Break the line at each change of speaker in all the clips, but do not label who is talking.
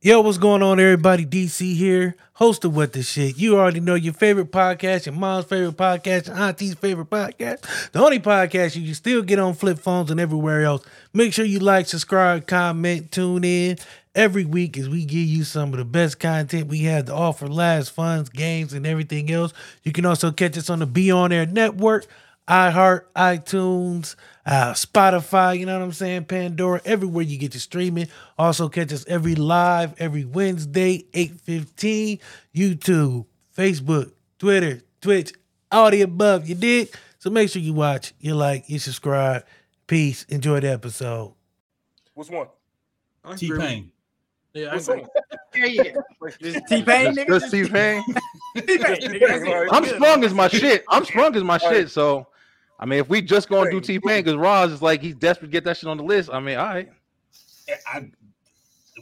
Yo, what's going on, everybody? DC here, host of What the Shit. You already know your favorite podcast, your mom's favorite podcast, your auntie's favorite podcast, the only podcast you can still get on flip phones and everywhere else. Make sure you like, subscribe, comment, tune in every week as we give you some of the best content we have to offer, lives, funds, games, and everything else. You can also catch us on the Be On Air Network iHeart, iTunes, uh, Spotify, you know what I'm saying? Pandora, everywhere you get your streaming. Also catch us every live, every Wednesday, 8.15, YouTube, Facebook, Twitter, Twitch, all the above, you dig? So make sure you watch, you like, you subscribe. Peace. Enjoy the episode.
What's one?
I
T
agree with
Pain.
you. Yeah, I
What's
agree.
one?
Yeah, yeah. Just T Pain,
That's,
nigga. just
that's T-Pain.
T-Pain, nigga. That's it.
I'm strong as my shit. I'm strong as my
All right.
shit. So, I mean, if we just gonna do
Wait.
T Pain, because Roz is like he's desperate to get that shit on the list. I mean, all right.
I,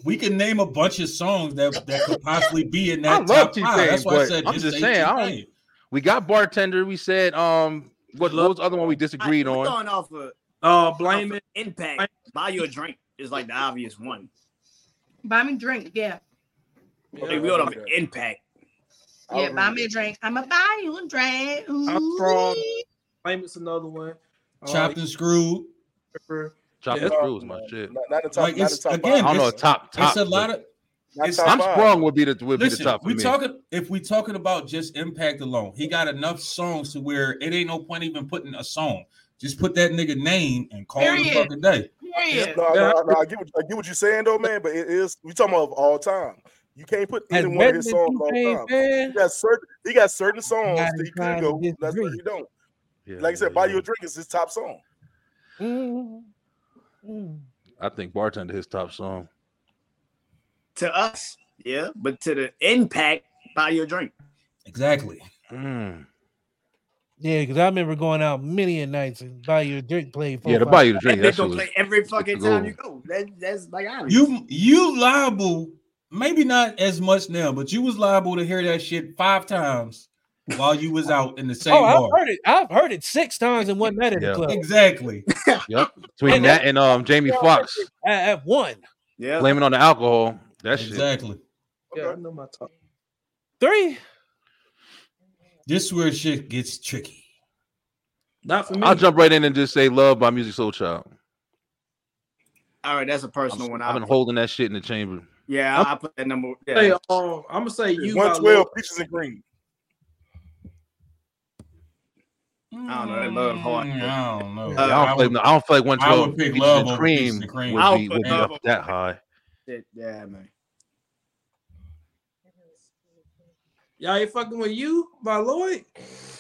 we can name a bunch of songs that, that could possibly be in
I
that
love
top
T-Pain,
five. That's why I
but
said
I'm just saying, I don't-
T-Pain.
We got bartender. We said, um, what, what was the other one we disagreed
We're
on?
Going off of
Uh,
blame
blame it.
impact. Buy you a drink is like the obvious one.
Buy me a drink. Yeah.
Yeah.
Like we
don't-
go off of impact.
I
Yeah, buy
remember
me a drink. I'ma buy you a drink.
Oh, I'm strong. Blame it's another one.
Oh,
Uh,
Chopped and screwed.
Pepper.
Chop
Yeah.
and Screw is my shit.
Not, not the top.
Like,
not
it's-
the top
I
again,
don't know.
it's-
Top top.
It's a lot of
Not
it's-
top
I'm
five.
strong. Would be the would be the
listen.
top for
we
me.
talking if we talking about just impact alone. He got enough songs to where it ain't no point even putting a song. Just put that nigga name and call it a
Period.
fucking day.
Period.
No, no, no, I get what I get what you're saying though, man. But it is we talking about of all time. You can't put
As
either one of
better
his
than
songs all
T-Pain,
time.
man,
He got certain he got certain songs
Gotta
that he
try
can go.
to
That's
disagree.
what you don't.
Yeah,
Like I said,
yeah,
buy
yeah.
you a drink is his top song.
Mm. Mm.
I think bartender his top song.
To us, yeah, but to the impact, buy you a drink.
Exactly.
Mm.
Yeah, because I remember going out many a nights and buy you a drink, play. four,
Yeah, to
five-
buy you the
That
drink.
they
That's
gonna play every fucking
That's a
time
good
you go. That, that's like obvious.
You you liable, maybe not as much now, but you was liable to hear that shit five times while you was out in the same
Oh, I've
bar.
heard it. I've heard it six times in one night at the
Yeah.
club.
Exactly.
between
And
that and um Jamie Foxx
At, at one,
yeah.
blaming on the alcohol. That shit.
Exactly.
Yeah, I know my top.
three.
This where shit gets tricky.
Not for me.
I'll jump right in and just say "Love" by Music Soul Child.
All right, that's a personal
I'm-
one.
I've
I
been holding that shit in the chamber.
yeah, I, I put that number. Yeah.
Hey, um, I'm gonna say you.
One
got
twelve
Lil-
peaches and green.
don't know, that love hard.
Mm, I don't know.
Yeah, I, don't play,
would-
I don't feel like one
I
twelve
would pick
Peaches
Love
and
over
Cream
Peaches
would
and Cream.
I would
be,
put
would be
Love
up that high.
Shit, yeah, man.
Y'all ain't fucking with you by Lloyd.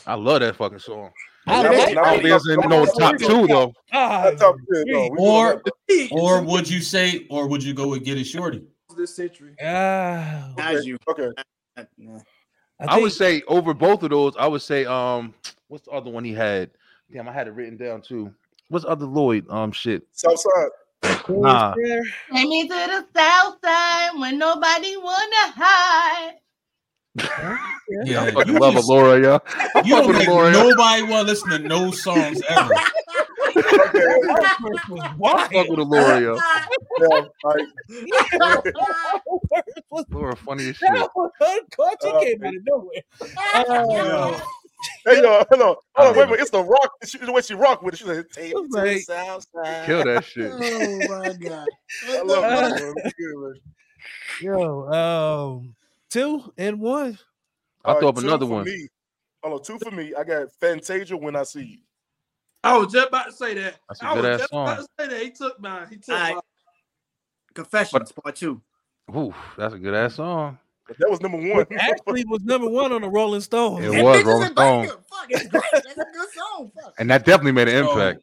I love that fucking song.
I
Yeah,
like
that's
it.
I don't
not-
think it's in
that's
no
not-
top two though.
Ah,
Not top two, no. We
Or-
doing that.
Or would you say, or would you go with Get It Shorty?
this century.
ah,
As you,
okay.
uh, nah.
I, would
think-
say over both of those, I would say um, what's the other one he had? Damn, I had it written down too. What's the other Lloyd um shit?
Southside.
Nah,
Take me to the south side when nobody wanna hide.
Yeah,
I fucking
you
love
just-
Alora, yo. I
You
fuck
don't
with
make
Alora.
nobody want to listen to no songs ever.
That verse was
I fuck
wild.
with Alora,
Oh,
yo.
Yeah, all right.
That verse was-
Alora, funny as shit.
that was uncaught.
Uh,
She came out of nowhere. Uh,
Hey, yo, hello. Hold on, wait a
Alright.
minute. It's the rock. She, the way she rock with it. She's like, "Take it to the
Like-
south side."
Kill that shit.
Oh, my god.
I love that one. It's good, man.
yo, um, two and one.
I throw
All
up
right, two
another
for
one.
Me. Hold on, two for me. I got Fantasia when I see you.
I was just about to say that.
That's a
I was
good-ass
just about to
song.
say that. He took mine. He took
Alright.
mine.
Confessions part two.
Ooh, that's a good ass song.
But that was number one.
What actually was number one on the Rolling Stones.
It was Rolling Stone,
Fuck, it's great. That's a good song. Fuck.
and that definitely made an
So,
impact.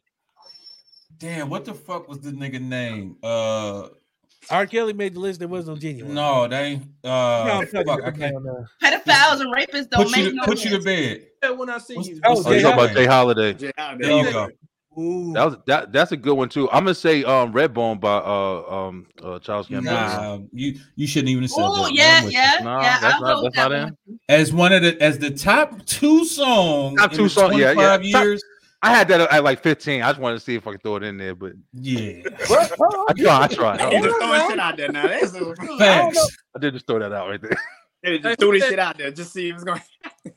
Damn, what the fuck was the nigga name? Uh,
R. Kelly made the list. There was no genuine.
no, they ain't. Uh,
I'm talking
fuck, I can't.
about now.
Pedophiles and rapists don't
Put
make
you, to,
no
put you to
sense.
bed.
Yeah, when I see
What's-
you.
what's
Oh, you
Jay
talking about Jay Holiday?
Yeah, I mean,
There you go.
Ooh.
That was that. That's a good one too. I'm gonna say um Redbone by uh um uh Charles Gambino.
Nah, you you shouldn't even have said
Oh
that.
yeah,
I'm with you.
yeah,
Nah,
yeah.
that's
I'll
not-
go with
that's not
that
in.
one.
As one of the as the top two songs
Top
in
two
the
song- yeah, yeah.
25
Top-
years,
I had that at like 15. I just wanted to see if I could throw it in there, but
Yeah.
I tried. I tried. I,
They
don't-
just throwing shit out there now. They just,
Facts.
I did just throw that out right there.
they just threw this shit out there just see if it's going.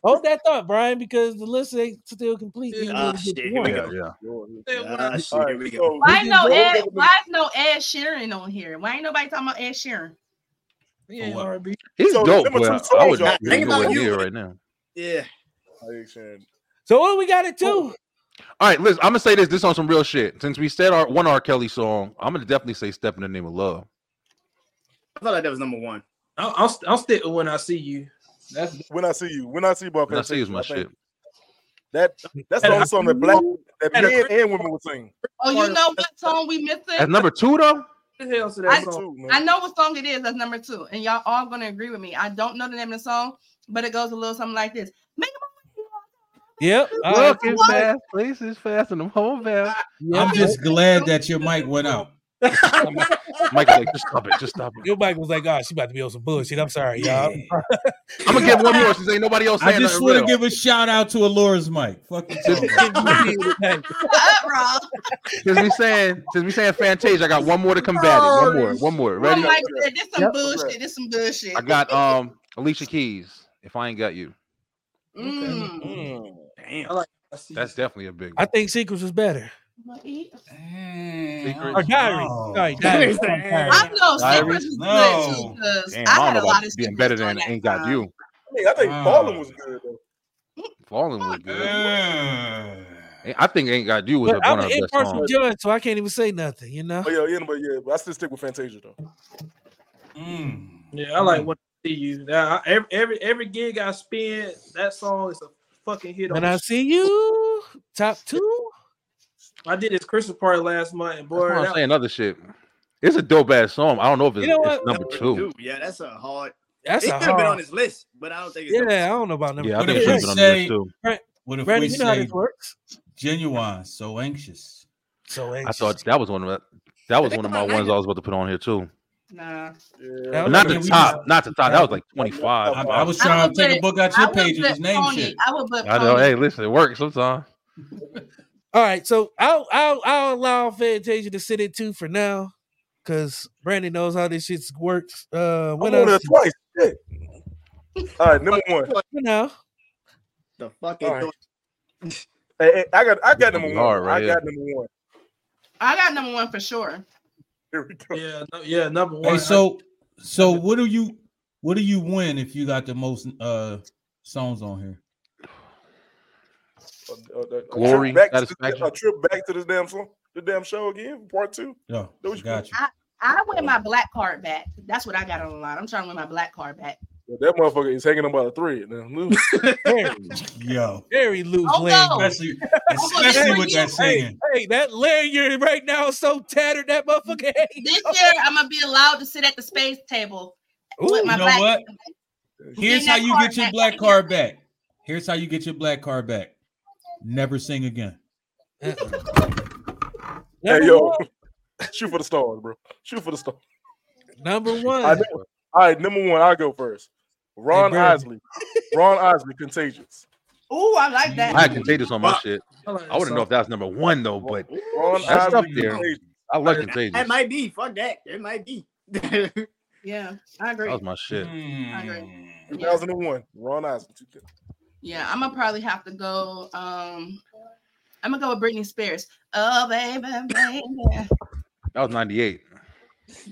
Hold that thought, Brian, because the list ain't still complete. You didn't
Ah,
get
shit,
the
here we
one.
go.
yeah.
Ah, shit,
All
here
right,
we go.
so
Why
we
no
can go
Ed?
over the-
Why is no Ed Sheeran on here? Why ain't nobody talking about Ed Sheeran?
Yeah,
what?
R&B.
He's
So,
dope,
number
but
two
I- I
song,
would
y'all.
really
Think
go
about
with
you.
here right now.
Yeah.
Action.
So what we got it too?
All right, listen. I'm gonna say this. This on some real shit. Since we said our one R. Kelly song, I'm gonna definitely say "Step in the Name of Love."
I thought like that was number one.
I'll, I'll, st- I'll stick with when I see you. That's
When I see you, when I see you, Buck,
When I see is my
I think
shit.
That that's the only song that black that
And I-
men and women would sing.
Oh, you know what song we missing?
That's number two though.
what the hell to
I-
that song.
Too, man.
I know what song it is. That's number two, and y'all all gonna agree with me. I don't know the name of the song, but it goes a little something like this. Make 'em
Yep.
Uh,
All right.
Looking fast, places fast, and I'm home fast.
I'm just glad that your mic went out.
Michael, like, just stop it. Just stop it.
Your bike was like, oh, she about to be on some bullshit. I'm sorry, y'all.
Yeah.
I'm gonna give one more since ain't nobody else.
I
Saying
just want to give a shout out to Alora's mic. Fuck you talking about.
up, Rob.
Since we saying since we saying Fantasia, I got one more to combat it. One more. One more.
Oh
Ready?
my God, this some
Yep.
bullshit. This some bullshit.
I got um Alicia Keys. If I ain't got you,
Mm.
Damn.
I like- I see
that's definitely a big.
I
One.
think Secrets was better.
Damn.
Or Diary.
Oh.
Sorry, Diary.
Damn.
I know
Diary?
Secrets is good too
No.
'cause
Damn,
I
I
had a
don't know
lot
about
of
being
secrets
better than
on that
ain't got
time.
you.
I, mean, I think
Wow.
Fallen was good though.
Falling was good.
Mm.
I think ain't got you was
But I'm
one
an
of the best
impartial
songs.
judge, so I can't even say nothing, you know?
Oh yeah, yeah, but yeah, but I still stick with Fantasia though.
Mm.
Yeah, I like when I see you. Now, I- every every every gig I spin, that song is a fucking hit. On
When I
the-
see you, top two.
I did this Christmas party last month, and boy,
That's why
that
I'm saying other shit. It's a dope ass song. I don't know if it's,
You know
it's
what?
number two.
Yeah, that's a hard.
That's
it
a
could have been on
hard.
his list, but I don't think it's.
Yeah, I don't know about number
Yeah, I
What
think
if
it
we
should have been on this
say-
too.
What if
Brandon,
we
you know how
say
this works.
genuine, so anxious?
So
I
anxious.
thought that was one of that, that was
They
one of
come
my
out
ones
now.
I was about to put on here too.
Nah.
That
Yeah.
But
was
not
like-
the
we
top, not the top. That was like twenty five.
I,
I,
I'm-
I was
I
trying
would
to take
put-
a book out
I
your
would
page and
put
just name
Pony.
shit.
I would put
know.
Pony.
Hey, listen, it works sometimes.
All right, so I'll I'll I'll allow Fantasia to sit in two for now, cause Brandon knows how this shit works. Uh,
I
when
won
I
that twice. Shit. All right, number one.
you know,
The fucking.
All right. Hey, hey, I got I got number one.
Hard right
I got number one.
I got number one for sure.
Here we go.
yeah, no, yeah, number one.
Hey, so so what do you what do you win if you got the most uh songs on here?
A- a- a- a trip
Glory,
back to
satisfaction.
the- a trip back to this damn song, the damn show again, part two.
Yo,
That was
got you.
I win my black card back. That's what I got on the line. I'm trying to win my black card back.
Yeah, that motherfucker is hanging on by the thread now. Look,
very,
Yo,
very loose
Oh, no.
lanyard.
especially especially with that
Hey,
singing.
hey, that lanyard right now is so tattered that motherfucker. Hey,
This year, I'm gonna be allowed to sit at the space table with
ooh,
my
you know
black.
what? Here's
Getting
how
that
you
card
get your
back.
black card back. Here's how you get your black card back. Never sing again.
hey
number
yo,
one,
shoot for the stars, bro. Shoot for the stars.
number
I
one.
know. All right, number one, I'll go first. Ron
Hey, Brad.
Isley. Ron Isley, Contagious.
Ooh, I like
I
that.
had contagious on my shit.
like
I wouldn't know if that was number one though, but
Ron
That's
Isley,
up there.
Contagious.
I like contagious.
That
That
might be. Fuck that. It might be.
Yeah, I agree.
Oh.
was my shit.
Hmm.
2001, Ron Isley.
Yeah, I'm gonna probably have to go. Um, I'm gonna go with Britney Spears. Oh, baby, baby.
That was ninety eight.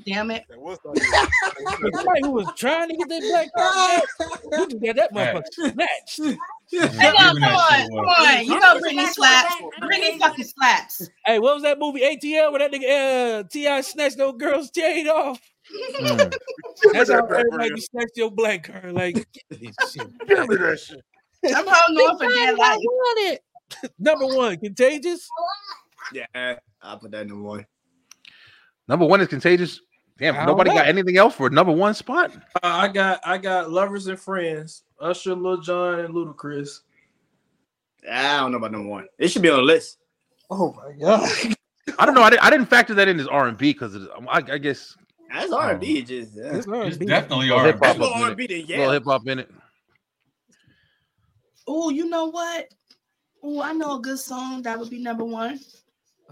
Damn it.
That was not good.
Somebody who was trying to get that black card back, you just got that motherfucker snatched.
Hey, no, come
Giving that
on,
shit
come
away.
on. You know Britney slaps. Britney fucking slaps.
Hey, what was that movie ATL where that nigga uh, Ti snatched those girls' chain off?
Mm.
That's how
Give me that,
everybody
Brad.
be snatched your black card. Like
Give me that shit.
I'm holding on for dear life.
number one, contagious.
yeah, I'll put that in the one.
Number one is contagious.
I
Damn,
don't
nobody
know.
got anything else for number one spot.
Uh, I got I got lovers and friends. Usher, Lil Jon, and Ludacris.
I don't know about number one. It should be on the list.
Oh my god!
I don't know. I didn't, I didn't factor that in as R and B because I, I guess
That's R and B. It just yeah.
It's
It's
R&B.
definitely
Well,
R.
hip-hop
that's
up
more
in it.
R and B than
a little
yeah.
hip hop in it.
Oh, you know what? Oh, I know a good song that would be number one.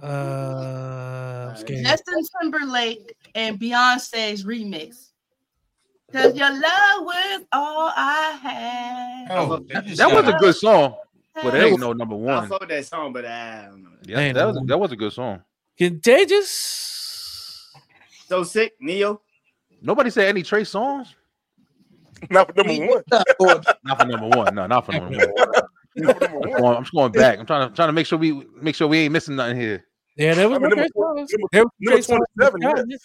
Uh, I'm scared.
Justin Timberlake and Beyonce's remix. Cause your love was all I had.
Oh,
That-
you just
That was
gotta-
a good song, but it ain't no number
I
one.
thought that song, but I don't know.
Yeah, that was that was a good song.
Contagious.
So sick, Neo.
Nobody said any Trey songs.
Not for number one.
Not for number one. No, not for number one.
Not for number
I'm
one.
going, I'm just going back. I'm trying to trying to make sure we make sure we ain't missing nothing here.
Yeah, that was
I mean,
one of
number
their
four-
songs.
number-
That was
number
their songs.
27, yeah.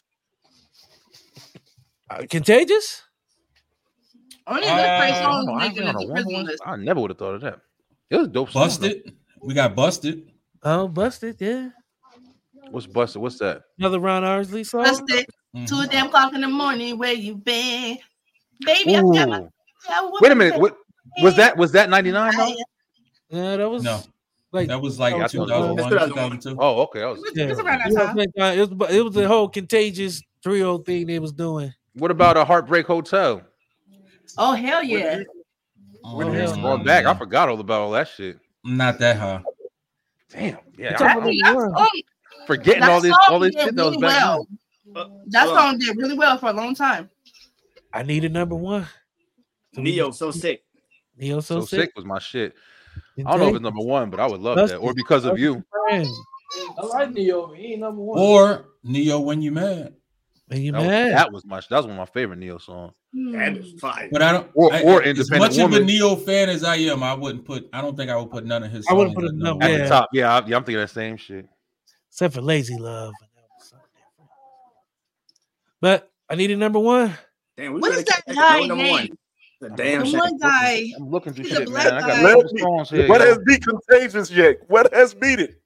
Uh, Contagious.
Only good Trey
Uh,
songs
I, ain't
making
on
the
a one-
prison list.
I never would have thought of that. It was a dope. song, though.
busted. We got busted.
Oh, busted. Yeah,
What's busted? What's that?
another Ron Arsley song.
Busted, two
Mhm.
damn o'clock in the morning. Where you been, baby?
Ooh.
I got my, I
Wait a minute. What was that? Was that 99? though?
Yeah, that was
No,
like
that was like
That's what I was-
2001, 2002.
Oh, okay. I was,
Yeah. You
It's around that
know what I'm
time.
saying, John? It was, it was the whole contagious trio thing they was doing.
what about a Heartbreak Hotel?
Oh hell yeah!
Oh, hell
Going back, I forgot all about all that shit.
I'm not that high.
Damn. Yeah.
It's
I-
all
I'm
about
That
one.
song-
forgetting
that
all this
song
all this
did
shit that was
really
back. then.
well. That
Well,
song did really well for a long time.
I need a number one.
Neo, so sick.
Neo so,
So
sick.
sick was my shit. I don't know if it's number one, but I would love that. Or because of you.
Friends.
I like Neo. He ain't number one.
Or Neo, when you mad?
And you
That was,
mad?
that was my that was one of my favorite Neo songs.
That
Hmm.
is fire.
But I don't.
Or-
I-
or
as
Independent
much
Woman.
of a Neo fan as I am, I wouldn't put. I don't think I would put none of his.
I wouldn't
songs
put
at
it- no,
number
At
one.
Yeah.
the top, yeah, I, yeah, I'm thinking that same shit.
Except for Lazy Love. But I need a number one.
Damn, we
What
really
is that
can't-
guy
number one.
name?
The damn
The
shame.
one guy.
I'm looking through
He's a
shit,
black
man. I got
guy.
a couple songs here.
What
yo.
has beat contagious yet? What has beat it?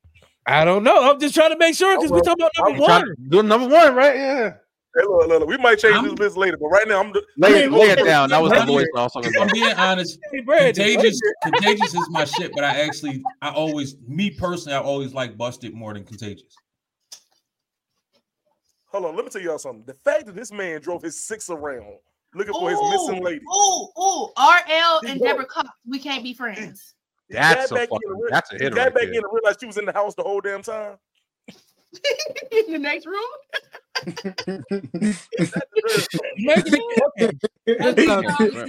I don't know. I'm just trying to make sure because we
Well,
talking about number
Oh, I'm trying
one.
to do number one, right? Yeah.
Hey, look, look, look, we might change
I'm-
this list later, but right now I'm. The,
Lay,
mean,
it- lay it
what-
down. That was
what-
the Lloyd song I was talking
If I'm
about.
being honest,
Hey, Brandon,
contagious, contagious is my shit. But I actually, I always, me personally, I always like busted more than contagious.
hold on, let me tell y'all something. The fact that this man drove his six around looking for his missing
Ooh,
lady.
ooh, ooh, RL
He
and
woke.
Deborah Cox, we can't be friends.
He
That's
got
a
back in and
fucking
re-
that's a
he
hitter.
got
Right
back in
there.
and realized she was in the house the whole damn time.
in the next room.
can't-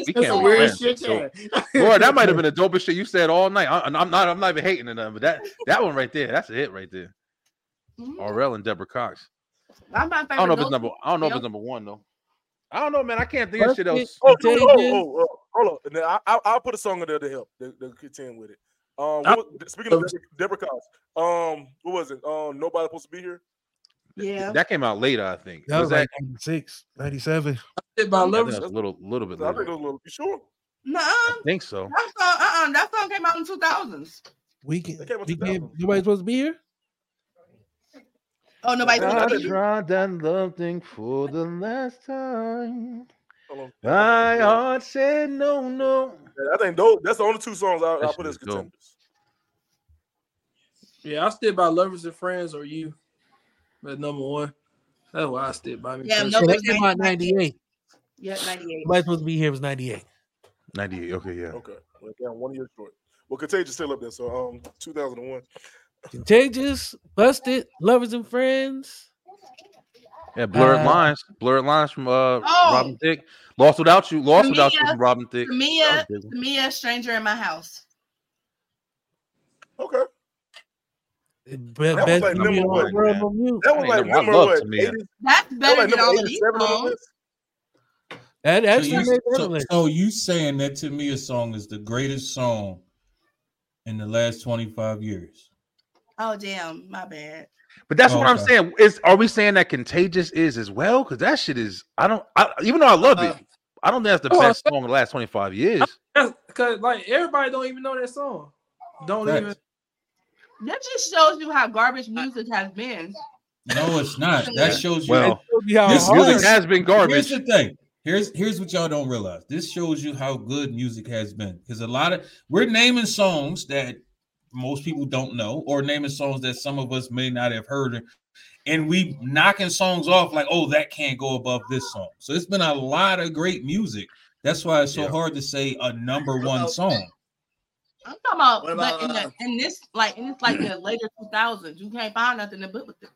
we can't
wear
friends, so- Lord, that might have been the dopest shit you said all night. I, I'm not I'm not even hating it, nothing, but that that one right there, that's a hit right there.
Mm,
Aurel and Deborah Cox.
I'm not
I don't know if it's
favorite
number. I don't know if
Yep.
it's number one though. I don't know, man. I can't think of shit else.
Oh, oh, oh, oh, oh, hold on. Now, I, I, I'll put a song in there to help to, to contend with it. Um, what was- speaking of Deborah Cox, um, what was it? Um, nobody supposed to be here.
Yeah.
That came out later, I think.
That was
was that,
like 96, 97.
my
I think
love
that was a little, little bit
So I think it
later.
was a little. You sure?
No,
I think so.
that song, uh-uh, that song came out in 2000s.
We can.
That came out
We
2000.
can nobody's supposed to be here.
Oh, nobody.
Nah,
supposed to
that-
be.
tried that love thing for the last time.
Hold on.
My heart said no, no.
I think those. That's the only two songs I, I
That
put
shit
as
is dope.
contenders.
Yeah, I stick by lovers and friends or you. But number one, that's why I stick by me.
Yeah,
personally.
So
Nobody-
that came out in 98.
Yeah, 98.
Nobody's supposed to be here was 98.
98. Okay, yeah.
Okay, well, down one year short. Well, Contagious still up there, so um, 2001.
Contagious, Busted, Lovers and Friends.
Yeah, blurred
Uh,
lines. Blurred lines from uh
Oh.
Robin Thicke. Lost without you. Lost without you
Tamia.
from Robin Thicke.
Mia,
That was a big one.
Mia, stranger in my house.
Okay,
Be-
was
best movie
like number
in the
one,
world
man.
on mute.
that
That
was
ain't
like
number- I
number
love
what?
Tamia.
80,
That's
that
better
was like
than
number
all of these
87 on the
songs.
list.
That
So
actually
you,
made the
so,
list.
so you saying that to me a song is the greatest song in the last 25 years?
Oh damn, my bad.
But that's what I'm
Oh, Okay.
saying. Is are we saying that contagious is as well? Because that shit is. I don't. I, even though I love it, I don't think that's the
oh,
best song in the last 25 years.
That's because like everybody don't even know that song. Don't
Facts.
even.
That just shows you how garbage music has been.
No, it's not. That shows you.
Well,
This
this
hard.
music has been
Here's
garbage.
the thing. Here's here's what y'all don't realize. This shows you how good music has been. Because a lot of we're naming songs that most people don't know, or naming songs that some of us may not have heard, and we knocking songs off like, oh, that can't go above this song. So it's been a lot of great music. That's why it's so
Yeah.
hard to say a number
Oh.
one song.
I'm talking about,
What
but in,
about,
the, in this, like, in this, like the later 2000s, you can't find nothing to book with it.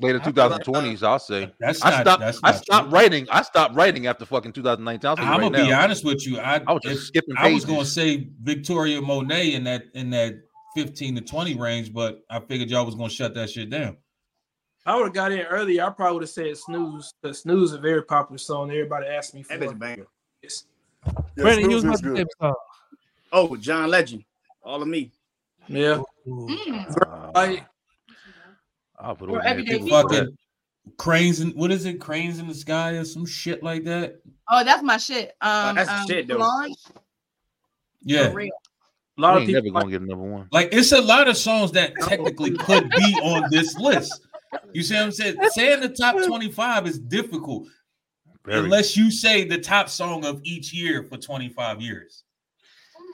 Later
How about,
2020s, I'll say.
That's not.
I stopped.
that's
I
not
stopped
true.
writing. I stopped writing after fucking 2019. I'll tell you
I'm
right
gonna be
now.
honest with you. I,
I was
if-
just skipping
I
pages.
was gonna say Victoria Monet in that in that 15 to 20 range, but I figured y'all was gonna shut that shit down.
I would have got in earlier. I probably would have said snooze. The snooze is a very popular song. Everybody asked me for
That bitch a
it.
banger.
It's-
Yeah,
Brandon, you
Snooze
was
is
about to
good.
say something.
Oh, John Legend. All of me.
Yeah,
Mm.
like
I'll put
Or
over there.
everyday
People
people.
for that.
Fucking cranes and what is it? Cranes in the sky or some shit like that.
Oh, that's my shit. Um,
that's the
um,
shit, though.
Solange,
Yeah,
for real.
a
We
lot of
ain't never
people.
gonna get another one.
like it's a lot of songs that technically could be on this list. You see what I'm saying? Saying the top 25 is difficult
Very.
unless you say the top song of each year for 25 years.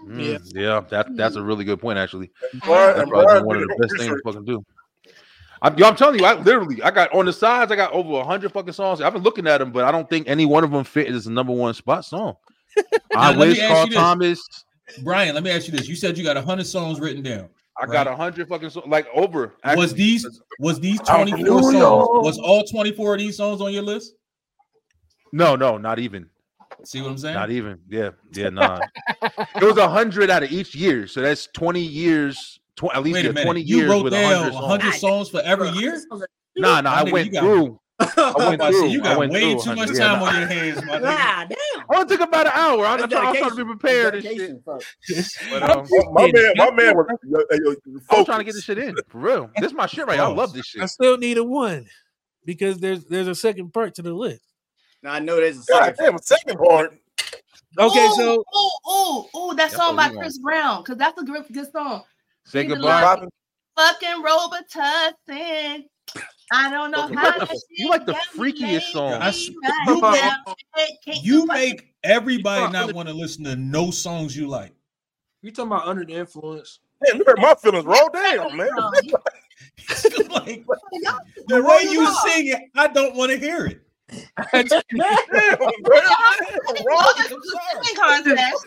Mm, yeah, that that's a really good point actually.
Uh,
Bar-
That's
and
probably
Bar
been one of
did
the
her
best things to
research.
fucking do. I'm, yo, I'm telling you, I literally, I got on the sides, I got over hundred fucking songs. I've been looking at them, but I don't think any one of them fit as the number one spot song.
Now,
I
let me
wish
ask
Carl
you this.
Thomas.
Brian, let me ask you this. You said you got 100 songs written down.
I got
Right.
a hundred fucking songs, like over.
Was
actually.
these was these 24 songs? Was all 24 of these songs on your list?
No, no, not even,
See what I'm saying?
not even. Yeah, yeah, nah. it was a hundred out of each year, so that's twenty years. Tw- at least
Wait
yeah,
a minute.
twenty
you
years
wrote
with a
down
hundred songs.
100 songs for every year?
Nah,
My
nah, I
nigga, you
went
got-
through. I went
I said,
through.
you
I
got
went
way
through
too much
100.
time on your hands, my nigga.
God damn.
I only took about an hour. I, I,
That's
try- I was trying to be
dedication.
prepared and shit.
Dedication, fuck.
But, um,
My my man, my man was yo, yo, yo,
I'm trying to get
focus.
this shit in for real. This is my shit right. here. I love this shit.
I still need a one because there's there's a second part to the list.
Now I know there's a
God
second.
damn, a second part.
Okay,
Ooh,
so
ooh, ooh, ooh, that
That's
song
what
by
we want.
Chris Brown, because that's a good, good song.
Say
Leave it
goodbye.
alone.
Robin,
Fucking Robitussin. I don't know
Okay.
how
What the-
that
you
shit
like the
got me
freakiest
laying
song.
I s-
right
you
now.
make-
Shit, can't
You
nobody-
make everybody not want to listen to no songs you like.
You talking about under the influence?
damn, you hurt my feelings. Roll down, man.
Y'all-
like
y'all
the way you
wrong.
sing it, I don't want to hear it.
Damn, man.
Oh,
Roll,
that's
I'm
the
sorry.
singing contest.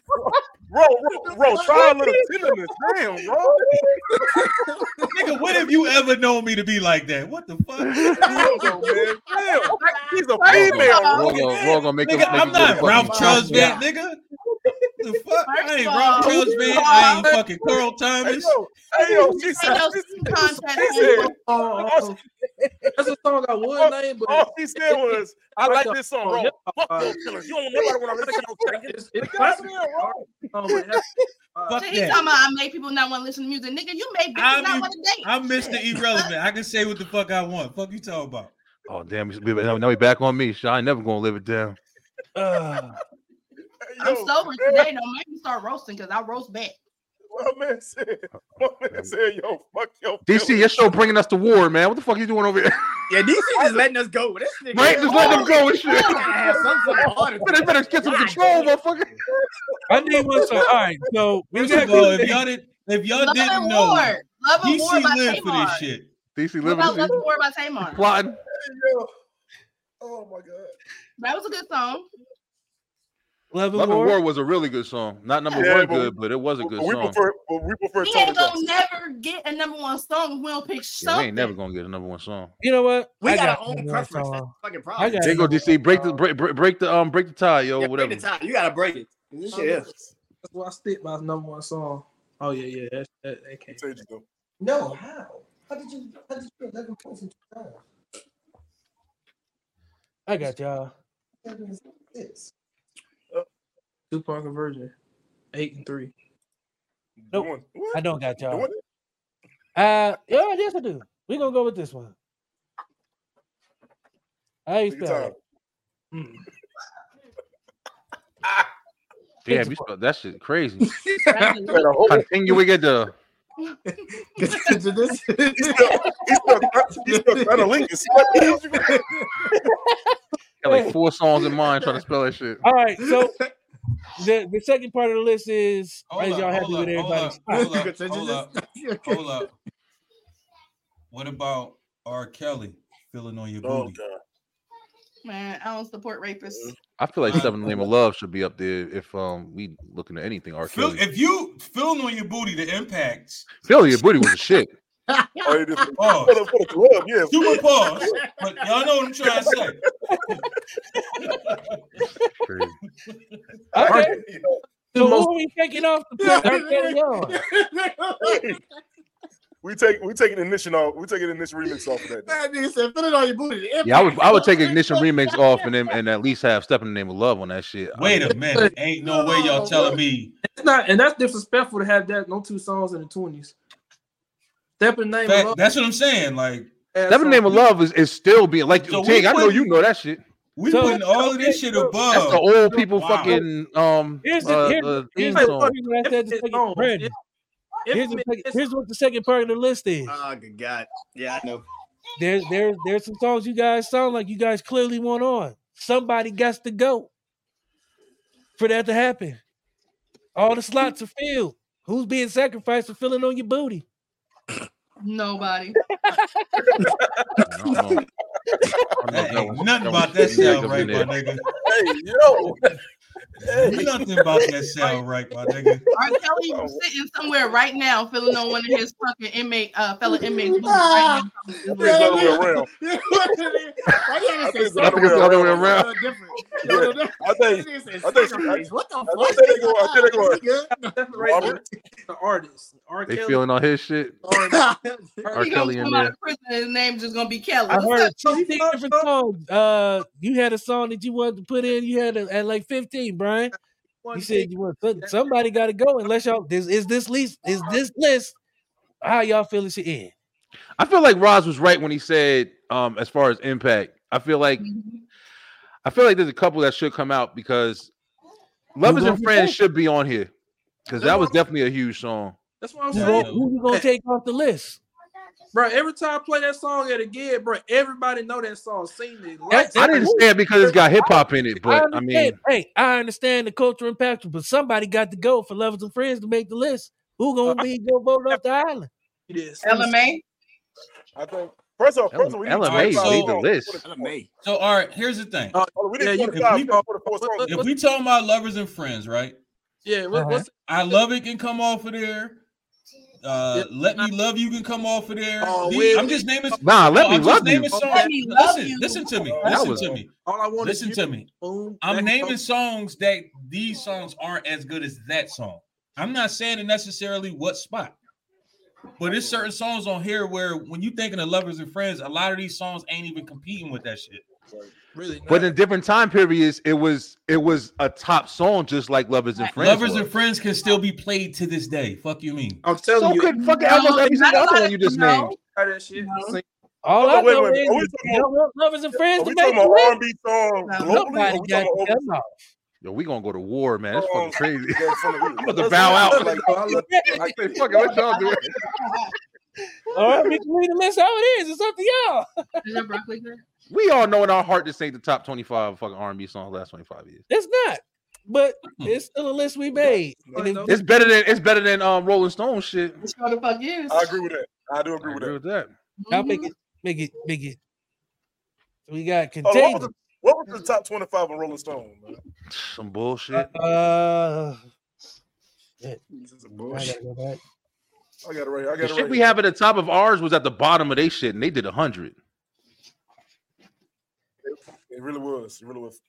roll, roll, roll. Try a little tenderness. Damn, roll.
Nigga, when have you ever known me to be like that? What the fuck?
Roll, man. Damn, he's a
First of
female.
all-
We're gonna, we're gonna make him.
Nigga, I'm not Ralph Trusvant,
Yeah.
nigga. The fuck? I
First
ain't
of
Ralph
all-
Trusvant. I ain't fucking Carl
Hey,
Thomas.
yo, hey, yo, she
Ain't
said,
no
she
singing
said-
contest.
she said,
Oh, oh, oh. that's a song I would name, but
Oh,
all she said was, I like this song,
Oh,
bro.
yeah.
Fuck
Uh,
your feelings. You don't remember when I listen to those things.
it's, it's
Get out of
classic.
here, bro.
Oh, man, that's- uh,
Fuck
Shit, He
that.
talking about I make people not want to listen to music. Nigga, you make people
I
not
mean,
want to date.
I'm Mr. Irrelevant. I can say what the fuck I want. Fuck you talking about?
Oh damn! he's- Now now he back on me. So I ain't never gonna live it down.
uh,
I'm
Yo,
sober
man,
today. Don't make me start roasting because I roast back.
My man said, my man said, yo, fuck your
DC,
feelings.
your show bringing us to war, man. What the fuck you doing over here?
Yeah, these niggas just letting us go. This nigga.
Right? Just let them go and shit.
Gotta have some sort of order.
They better get some control, motherfucker.
I need one song. All right, so we
First
got
of all, if y'all did, if y'all
Love
didn't
and
know,
War. Love and War by
DC lived for
Tamar.
this shit.
DC
What
living
about
this
Love and
shit.
War by Tamar?
plotting.
Yo. Oh my god.
That was a good song.
Love and
Love and
War.
War was a really good song. Not number
Yeah,
one
but-
good, but it was a good
But we
song.
prefer, but we prefer
We
Tony
ain't gonna
Braxton.
never get a number one song if we don't pick
Yeah, we
something.
ain't never gonna get a number one song.
You know what?
We
I
got our own
one
preference. That's
song.
the fucking
I
problem.
got
There you go,
another
DC. Break the
one.
break, break, break the um break the tie, yo.
Yeah, break
whatever.
the tie. You gotta break it. This shit is.
that's why I stick by number one song. Oh yeah, yeah, that, that, that can't.
Sage, though.
No, how? How did you? How did you get eleven points in two hours?
I got y'all.
Two point conversion, eight and three.
Nope.
Doing- what?
I don't got y'all.
Doing
Uh, yeah, yes I do. We gonna go with this one. How you
Take your
spell
time.
it?
Mm.
Damn, you spelled that shit crazy.
it. Had a whole-
Continuing at the
He spelled- he spelled Cunnilingus. What the hell you gonna-
got like four songs in mind trying to spell that shit.
All right, so the, the second part of the list is
Hold
is
up,
y'all happy
hold
with
up, hold
everybody's
up,
spot?
hold up, hold up. Hold up. What about R. Kelly feeling on your
Oh
booty?
god.
Man, I don't support rapists.
I feel like
Uh,
Seven Name of Love should be up there if um we looking at anything. R.
Feel,
Kelly.
if you feeling on your booty, the impacts.
Philly, your booty was a shit.
Oh, you just-
Pause.
for, the, for the club, yeah.
Super pause. But y'all know what I'm trying to say.
Crazy.
Okay.
Yeah.
So who are we taking off the plate? R. Kelly on.
We take we taking ignition off. We taking ignition remix off of that.
That nigga said, "Put it on your booty." The
Yeah, I would I would take
impact.
Ignition Remix off and then and at least have Step in the Name of Love on that shit.
Wait a minute. Ain't no way y'all telling me.
It's not, and that's disrespectful to have that. No two songs in the twenties. Step in the name
That-
of love.
that's what I'm saying. Like
ass
Step in the Name of
song.
Love is, is still being like
So
Tig,
we
I know
put-
you know that shit.
we
So-
putting all of this shit
That's the
above.
old people
Oh, Wow.
fucking um
Here's the,
uh,
here-
uh,
here's
theme
the
song.
part that I said the second
Song.
part. Here's, the
Infamous
second,
is-
here's what the second part of the list is.
Oh good God! Yeah, I know.
There's there's there's some songs you guys sound like you guys clearly want on. Somebody got to go for that to happen. All the slots are filled. Who's being sacrificed for filling on your booty?
Nobody.
Uh-uh. I don't know.
That
I don't know if that
ain't
was-
nothing
was
about that
Tig
sound
up
right,
in
my
there.
nigga.
Hey, yo,
Nothing about that sound right, my nigga.
R. Kelly
Oh.
sitting somewhere right now, filling on one of his fucking inmate, uh, fellow inmates. boots right
it's the other way around.
I
I think it's the
I think it's the other way around.
I think
I
I think-
what the
I
fuck?
think they go- I think they go-
Is he good?
That's right there.
Robert.
The artist. R.
They
Kelly.
feeling on his shit.
now.
R.
He gonna
Kelly in
come out
there.
of prison. and His name's just gonna be Kelly.
I
What's
heard
up,
two different songs. Uh, you had a song that you wanted to put in. You had a, at like 15, Brian. You said you want some- somebody got to go. Unless y'all this is this list is this list how y'all feel it should end.
I feel like Roz was right when he said, um, as far as impact. I feel like
Mhm.
I feel like there's a couple that should come out because Lovers
gonna
and
be
Friends
back.
should be on here because that was definitely a huge song.
That's what I'm
Who,
saying.
gon- who you gonna
Hey.
take off the list?
bro. Every time I play that song at a gig, bro, everybody know that song, seen it.
That's-
I didn't say it because it's got hip hop in it, but I mean,
understand- hey, I understand the culture impact, but somebody got to go for lovers and friends to make the list. Who gonna be go vote off the island?
it is.
LMA.
I think first off, first of all, we need
LMA
leave the
25 songs.
list.
Hold on,
LMA.
So all right, here's the thing.
Uh,
hold on, We
Yeah,
need
you-
if
25
we-
songs for the four songs.
If we talking about lovers and friends, right?
Yeah, what, what's
I love it can come off of there. Uh, let me love you can come off of there.
Oh,
These-
wait.
I'm just naming.
nah, let
I'm
me
just
love you.
naming songs.
Let Me Love
Listen,
You.
listen to me.
That
Listen
was-
to me.
Uh-huh.
all I want is
Listen
you.
to me.
Boom,
I'm
bang,
naming
boom.
songs that these songs aren't as good as that song. I'm not saying it necessarily what spot, but there's certain songs on here where when you thinking of lovers and friends, a lot of these songs ain't even competing with that shit.
Really,
But in different time periods, it was it was a top song, just like Lovers and
Right.
Friends.
lovers
was.
and friends can still be played to this day. Fuck you mean?
I'm telling
So
you,
could fucking
No,
almost every
not a
single other
lot
one
of-
you just
no.
named.
how that shit.
No.
All
Hold
I
on, Oh, wait a
know
minute. Are we
is
talking
you don't want lovers and friends
Are
to
we
make
talking
the
about
list.
R&B song
No,
globally? or
Nobody
we
got
talking about
them off.
Yo, we gonna go to war, man. That's fucking
Um,
crazy.
Yeah, it's gonna be-
I'm about to bow out.
Like, I love-
I say, fuck it, let y'all do it.
All right, we can leave the list how it is. It's up to y'all.
Is that broccoli good?
We all know in our heart this ain't the top 25 fucking R&B songs of the last 25 years.
It's not, but it's still a list we made. And if-
It's better than it's better than um Rolling Stone shit.
It sure the fuck is.
I agree with that. I do agree
I
with
agree
that.
with that.
I'll
Mhm.
make it, make it, make it. We got
Oh, what, was
contagion.
the, what was the top 25 on Rolling Stone? Man?
Some bullshit.
Uh,
This is
I
bullshit.
gotta go back.
I got it right here. I
The
got it
shit
right
we
here.
have at the top of ours was at the bottom of they shit, and they did hundred.
It really was. It really was.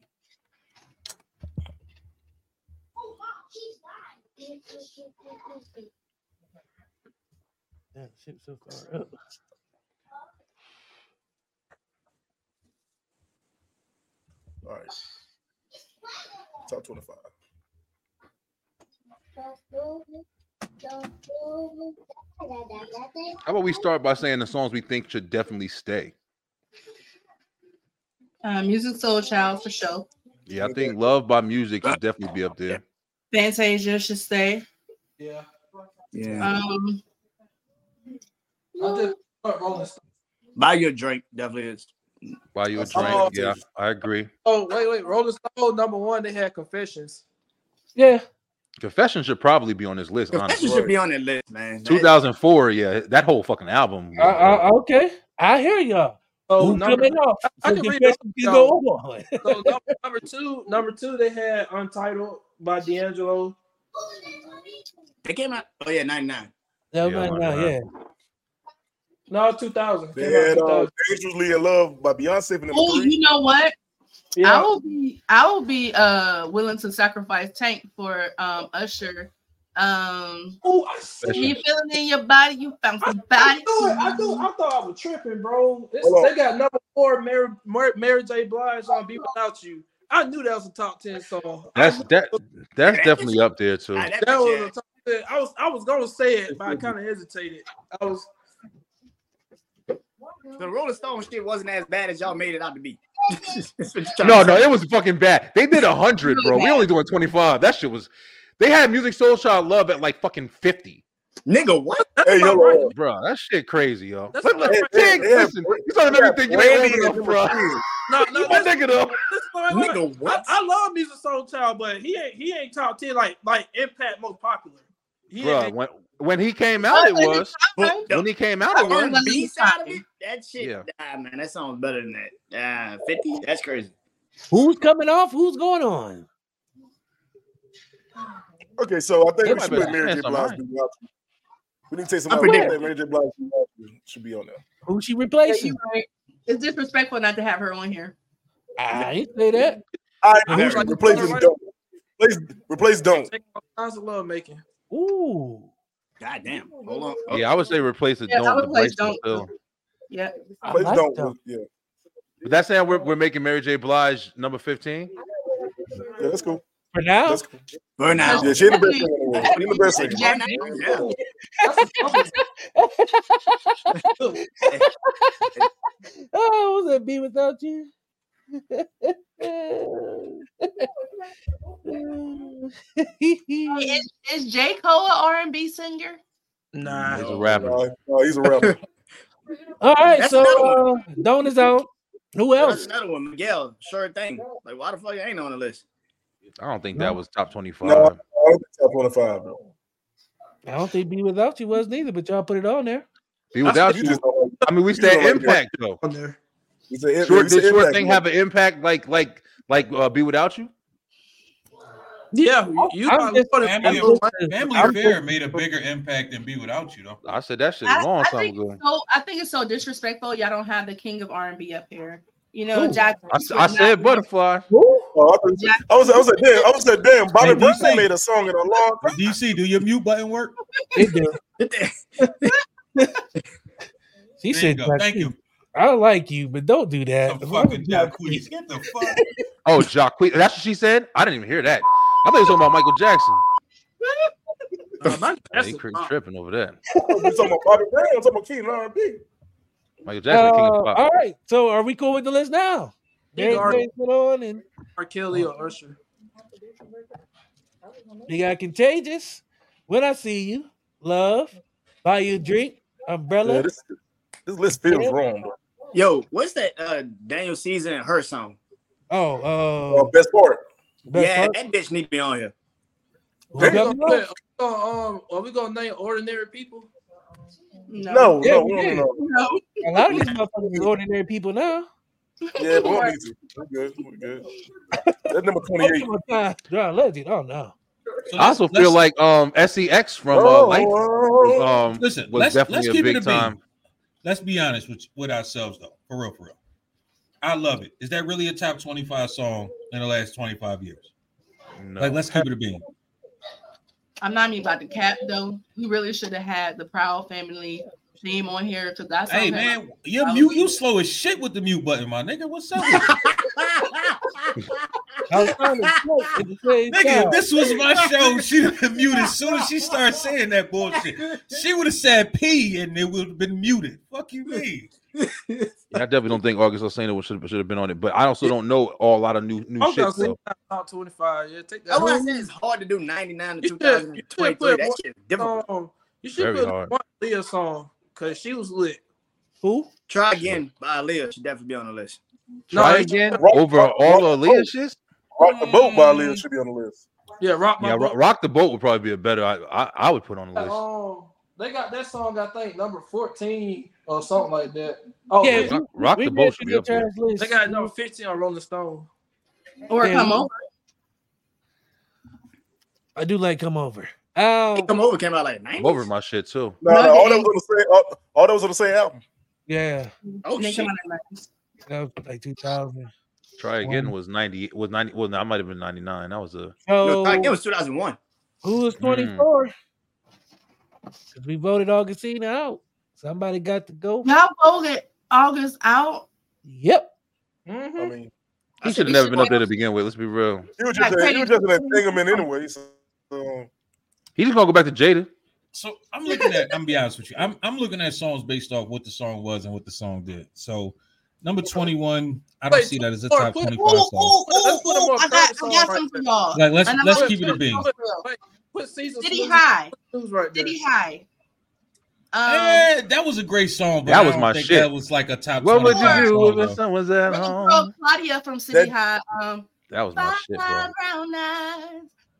Damn, shit so far up.
All right. Top 25.
How about we start by saying the songs we think should definitely stay?
Uh, Music Soul Child for sure.
Yeah, I think Love by Music should definitely be up there.
Fantasia should stay.
yeah.
Yeah.
Um,
I just oh, fuck Rolling Stone.
Buy your drink. Definitely is.
Buy you a
Oh,
drink. Yeah, I agree.
Oh wait, wait, Rolling Stone number one. They had Confessions.
Yeah,
Confession should probably be on this list,
Confession
honestly.
should be on that list, man. That-
2004, yeah, that whole fucking album.
I, I, okay. I hear y'all.
So
Who
Oh, number,
coming off?
I
So
can read
confession can go on.
so number, number two, number two, they had Untitled by D'Angelo.
They came out. Oh yeah, ninety nine.
No,
Yeah,
no,
why
no,
not?
yeah.
No, two thousand.
They had uh, Dangerously in Love by Beyonce for number
Oh,
three.
you know what? I
yeah,
will be I will be uh willing to sacrifice Tank for um Usher. Um
Ooh, I see
you feel it in your body, you found
I,
some
I,
body.
thought, I, thought, I thought I was tripping, bro. It's-
Hold on.
they got number four, Mary, Mary, Mary J. Blige on "Be Without You." I knew that was a top ten song. I
That's
knew
that. That's
Yeah.
definitely up there too.
Nah, that
that
bitch ass.
was a top ten. I was I was gonna say it, but I kind of hesitated. I was
The Rolling Stone shit wasn't as bad as y'all made it out to be.
No, no, it was fucking bad. They did hundred, bro. We only doing twenty five. That shit was. They had music soul child love at like fucking fifty,
nigga. What?
Hey, yo,
right.
uh,
bro. That shit crazy, yo.
That's
Let- let-
right.
Dig,
Yeah, yeah,
listen, you talking
yeah,
everything you
Brandy
ain't old
is
enough, bro.
number
no
You
no.
my
that's-
nigga though.
that's fine, like,
Nigga,
I,
what?
I love music soul child, but he ain't he ain't top ten like like impact most popular. He
Bro,
ain't,
when when he came out, it was.
But the
When he came out, it
I
was.
love
R&B
you,
side of
Poppy.
it, that shit.
Yeah.
Nah, man, that sounds better than that. Ah, fifty. That's crazy.
Who's coming off? Who's going on?
Okay, so I
They
think we should
might be
put
like,
Mary
"That's
J.
all
Blige.
right."
Be Without You. We need to take some
I'm
out. I
predicting.
think Mary J. Blige Be Without You should be on there.
Who's she
Yeah,
replacing?
you right. It's disrespectful not to have her on here.
I didn't say that.
All
And who's
right,
like-
replace this don't. Replace, replace don't.
take all kinds of love making.
Ooh.
God damn. Hold on. Oh,
Yeah, I would say replace it.
Yeah, I
don't
would place
replace don't.
don't. Yeah.
I
Replace
like
don't.
them.
with- Yeah,
But that's saying we're, we're making Mary J. Blige number fifteen.
yeah, that's cool.
For now,
That's cool.
Burn out.
Yeah, she ain't the best singer in the world. She ain't the best singer.
Burn out. Yeah.
Ooh, that's a- that's a-
oh, was that be without you?
Is, is J. Cole an R and B singer?
nah.
He's a rapper.
No, no, he's a rapper.
All right,
That's
so
another
uh, Don is out. Who
That's
else?
another one, Miguel. Sure thing. Like, why the fuck you ain't on the list?
I don't think that was top twenty-five.
No. I don't think top twenty-five. Bro.
I don't think be without you was neither, but y'all put it on there.
Be without
You
you.
just don't like-
I mean, we
you just
said
don't like
impact though.
On there.
you said-
Sure,
you
did
said
sure
impact,
thing
bro.
have an impact like like like uh, be without you?
Yeah, you
I'm Oh,
got
just-
Lord
I'm
and
just-
Lil Wayne.
Family
I'm
Fair made a bigger impact than Be Without You, though.
I said that shit
I-
a long
I
time
think
ago.
So I think it's so disrespectful. Y'all don't have the king of R and B up here. You know,
Ooh,
Jack.
I, s- I said butterfly.
Oh, I was,
Jack-
I was, I was like, damn, I was like, damn, Bobby
Hey, do you
Brown
think-
made a song in a long time.
DC, do your mute button work?
It did. She
There you
said,
go.
like,
Thank you.
I like you, but don't do that.
The fucking Jacquees. Get the fuck.
Oh, Jacque. That's what she said. I didn't even hear that. I thought you were talking about Michael Jackson.
Nah, my-
Yeah,
that's
he
a-
crazy
nah.
tripping over that.
You talking about Bobby Brown? I'm talking about King R&B.
Michael Jackson, the king
Uh,
of pop.
all right, so are we cool with the list now?
Big
Mary
R.
J's put on, and
R. Kelly or Usher.
they got contagious. When I see you, love, buy you a drink, umbrella.
Yeah, this, this list feels
Yeah.
wrong, bro.
Yo, what's that uh Daniel Season and her song?
oh,
Uh,
uh,
best part.
best
yeah,
part-
that bitch need to be on here.
who
Are we
got
gonna,
me off?
put- are we gonna, um, are we gonna name ordinary people?
No,
Yeah,
no,
we
no, no,
did.
no.
no.
a lot of these motherfuckers are ordinary people now.
Yeah, we don't need to. We're good. We're good. That's number 28.
Most of my time, draw a legend. Oh no,
So
I also
let's-
feel
let's-
like um SEX from uh,
Oh,
Life was,
oh,
um,
Listen,
was
let's-
definitely
let's
a
keep it
big
a bean.
time.
let's be honest with, with ourselves though, for real, for real. I love it. Is that really a top 25 song in the last 25 years?
No.
Like, let's keep it a bean.
I'm not even about the cap though. We really should have had the Proud Family theme on here because that's
Hey man, your mute, you slow as shit with the mute button, my nigga. What's up? with you?
I was trying to smoke at the same
nigga,
time.
if this was my show, she'd have been muted as soon as she started saying that bullshit. She would have said P and it would have been muted. Fuck you mean?
I definitely don't think August Alsina should should have been on it, but I also don't know all a lot of new new
I'm
shit.
gonna say
though.
top 25. Yeah, take
That's why I
that.
said it's hard to do 99 to
You should- you should
2023.
put
That
more-
shit's difficult.
Um, you should
Very
put
hard.
one Leah song because she was lit.
Who?
Try again by Leah. Should definitely be on the list.
Try
No, it's-
again
Rock-
over
Rock-
all
Rock-
of Aaliyah shits.
Rock the Boat by
Mm.
Lil should be on the list.
Yeah, rock my
Yeah,
boat.
Oh,
rock, rock the boat would probably be a better. I, I I would put on the list.
Um, they got that song. I think number fourteen or something like that. Oh,
Yeah,
yeah,
Rock- Rock the Boat should be up there.
they got number fifteen on Rolling Stone.
Or
Yeah.
come over.
I do like come over. Um,
Come over came out like
I'm
90s.
over my shit too.
No, no, all that was on the same. All, all that was on the same album.
yeah,
Oh
And they
shit.
come out at night.
that was like 2000.
Try again was ninety was ninety well no, I might have been ninety nine. That was a
So
No, I- it was 2001.
who was
Hmm.
24? Because we voted Augustine out. Somebody got to go.
Y'all voted August out.
Yep.
I
Mm-hmm.
Mhm.
mean,
he should have
we
never
should
been up
go-
there to begin with. Let's be real.
he was
Like
just a- he
Teddy
was just an
Ruxpin.
entanglement anyway. So, um,
He's just gonna go back to Jada.
So I'm looking at. I'm gonna be honest with you. I'm I'm looking at songs based off what the song was and what the song did. So number twenty one, I don't
Wait,
see that as a
Lord,
top
put-
twenty
Ooh, ooh,
five song.
Let's put
ooh,
him
ooh.
on
I got, I
Curtis
got
on
something for
right
y'all.
Like let's
And I'm
let's
gonna
keep it a
put-
bean.
Put season
City
Season
High.
Blues right there.
City High. Um,
Eh, that was a great song. But
That
I
was
don't
my
think
shit.
That was like a top.
What would you
25
do
song,
if
though.
the sun was at
really broke
home?
Claudia from City High. Um,
That was my shit, bro.
brown eyes.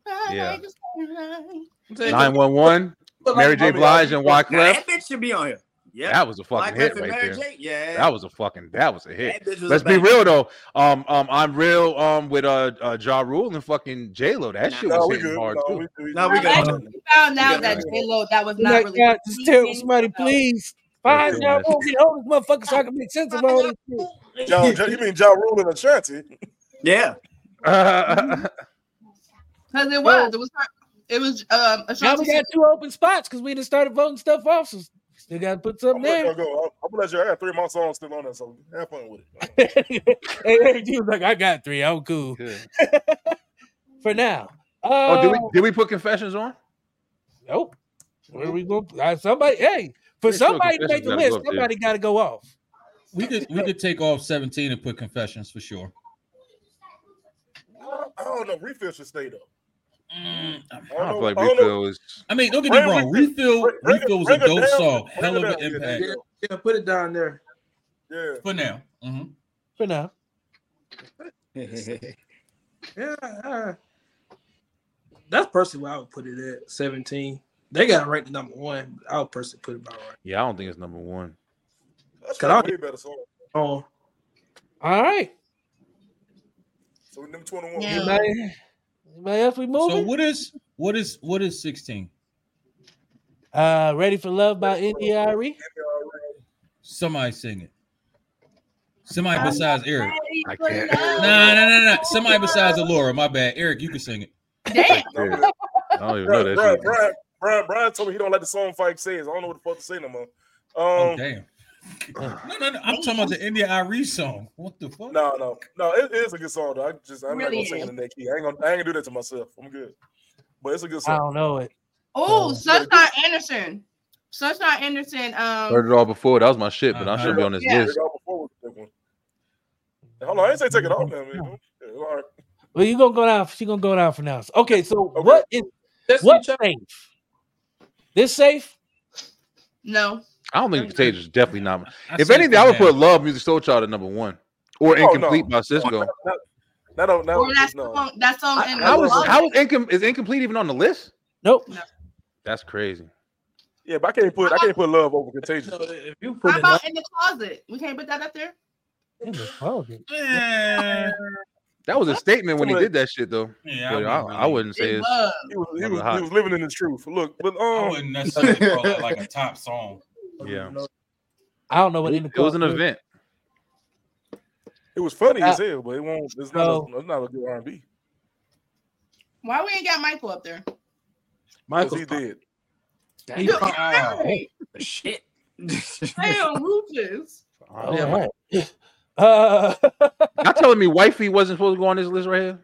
brown
Yeah.
eyes, brown eyes.
I'm saying,
Nine one one,
put
Mary
like-
J.
Bobby,
Blige and
Now,
Wyclef.
that bitch should be on here. Yeah.
That was a fucking hit right there.
Yeah.
That was a fucking that was a hit.
That bitch was a
Let's be
banger.
real though. Um, um, I'm real. Um, with uh, uh Ja Rule and fucking J Lo. That
Nah.
shit
no,
was
we
hitting
good.
hard
No,
too.
we, we,
No, we
good.
good.
We found out
Yeah,
that
man.
J Lo that was not
Like,
really.
God, just tell somebody, please. Find
too
y'all
much.
won't get hold of this motherfucker so I can make sense of all this shit.
Ja, Ja- you mean Ja Rule and Ashanti?
Yeah.
Because it was. It was. Her, it was. Um,
Now
Ashanti
we got two open spots because we just started voting stuff off. So still got to put
I'm
something
gonna let
there.
y'all go. I'm, I'm gonna let you. I got three of my songs still on there, so have fun with it.
hey, hey, you was like, I got three. I'm cool
Yeah.
for now. Uh,
oh, did we did we put confessions on?
Nope. Where we going? Uh, somebody, hey, for
Pretty sure
somebody to make
confessions
the
gotta go
list,
up there.
somebody got to go off.
We could we could take off seventeen and put confessions for sure.
I don't know. Refill should stay though.
Mm,
I don't feel like
I don't know.
refill is.
I mean, don't get me
Bring
wrong.
it-
Refill
bring it-
refill was
bring
a
it
dope
down,
song.
bring
Hell
it
of an
down, yeah,
impact
yeah.
Yeah, put it down there.
Yeah.
for now. Mhm.
For now,
Yeah, uh, that's personally where I would put it at. Seventeen. They got ranked number one. but I would personally put it about right.
Yeah, I don't think it's number one.
That's
Can I-
a way better song.
Oh,
all right.
So number twenty-one.
Yeah.
Anybody, anybody else? We
So
moving?
what is what is what is sixteen?
uh, ready for love by Indiari.
Somebody sing it. Somebody besides Eric.
I can't.
Nah, nah, nah, nah. Somebody besides Alora. My bad. Eric, you can sing it.
Damn.
No,
Yeah.
man.
I don't even know
Brian, Brian,
that.
Brian, Brian, Brian told me he don't like the song Fight says. I don't know what the fuck to say no more.
Oh
Um,
damn. No, no, no. I'm talking about the India Irie song. What the fuck?
no, no, no. It, it is a good song though. I just I'm
Really
not gonna sing it
is.
in that key. I ain't gonna I ain't gonna do that to myself. I'm good. But it's a good
I
song.
don't know it.
Oh,
Oh.
Sunshine Anderson. Sunshine Anderson. Um,
Heard it all before. That was my shit, but I
Uh-huh.
shouldn't be on this
Yeah.
Take
list.
it off before we do that one. Hold on, I ain't say take it off now, man. Yeah, all right.
Well, you gonna go down. She gonna go down for now. Okay, so
Okay.
what is
that's
what
what?
safe? This safe?
no.
I don't think potatoes is definitely not.
I
If
said
anything,
for
I would
now.
put Love Music Soul Child at number one, or
Oh, no.
Incomplete by Cisco.
That don't that
Or that
don't- no.
song. That song.
I-
in
How
the
is
lobby.
how is incom- is incomplete even on the list?
Nope.
That's crazy.
Yeah, but I can't put I can't put love over contagious.
So if you put
How
it, up,
about in the closet? We can't put that up there.
In the closet.
Eh,
That was a statement when he did that shit though.
yeah,
But I,
wouldn't
I
really-
wouldn't say
In
it's
love.
He was, he
Mother
was,
hot.
he was living in his truth. Look, but
I
um,
wouldn't necessarily call it like a top song.
yeah.
I don't know what in the
It was an
closet is.
event.
it was funny
Uh,
as hell, but it won't. It's not.
so-
A, it's not a good R and B.
Why we ain't got Michael up there?
Because he
Michael's
did.
Damn.
Oh.
You-
Wow.
Shit.
Damn, Rufus.
All
Yeah,
right. Oh, Uh,
Not telling me wifey wasn't supposed to go on this list right here.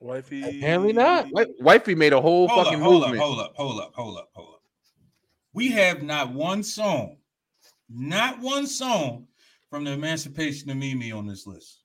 Wifey.
Apparently not.
Wi- Wifey made a whole
Hold up,
fucking
hold up,
movement.
hold up, hold up, hold up, hold up. We have not one song, not one song from the Emancipation of Mimi on this list.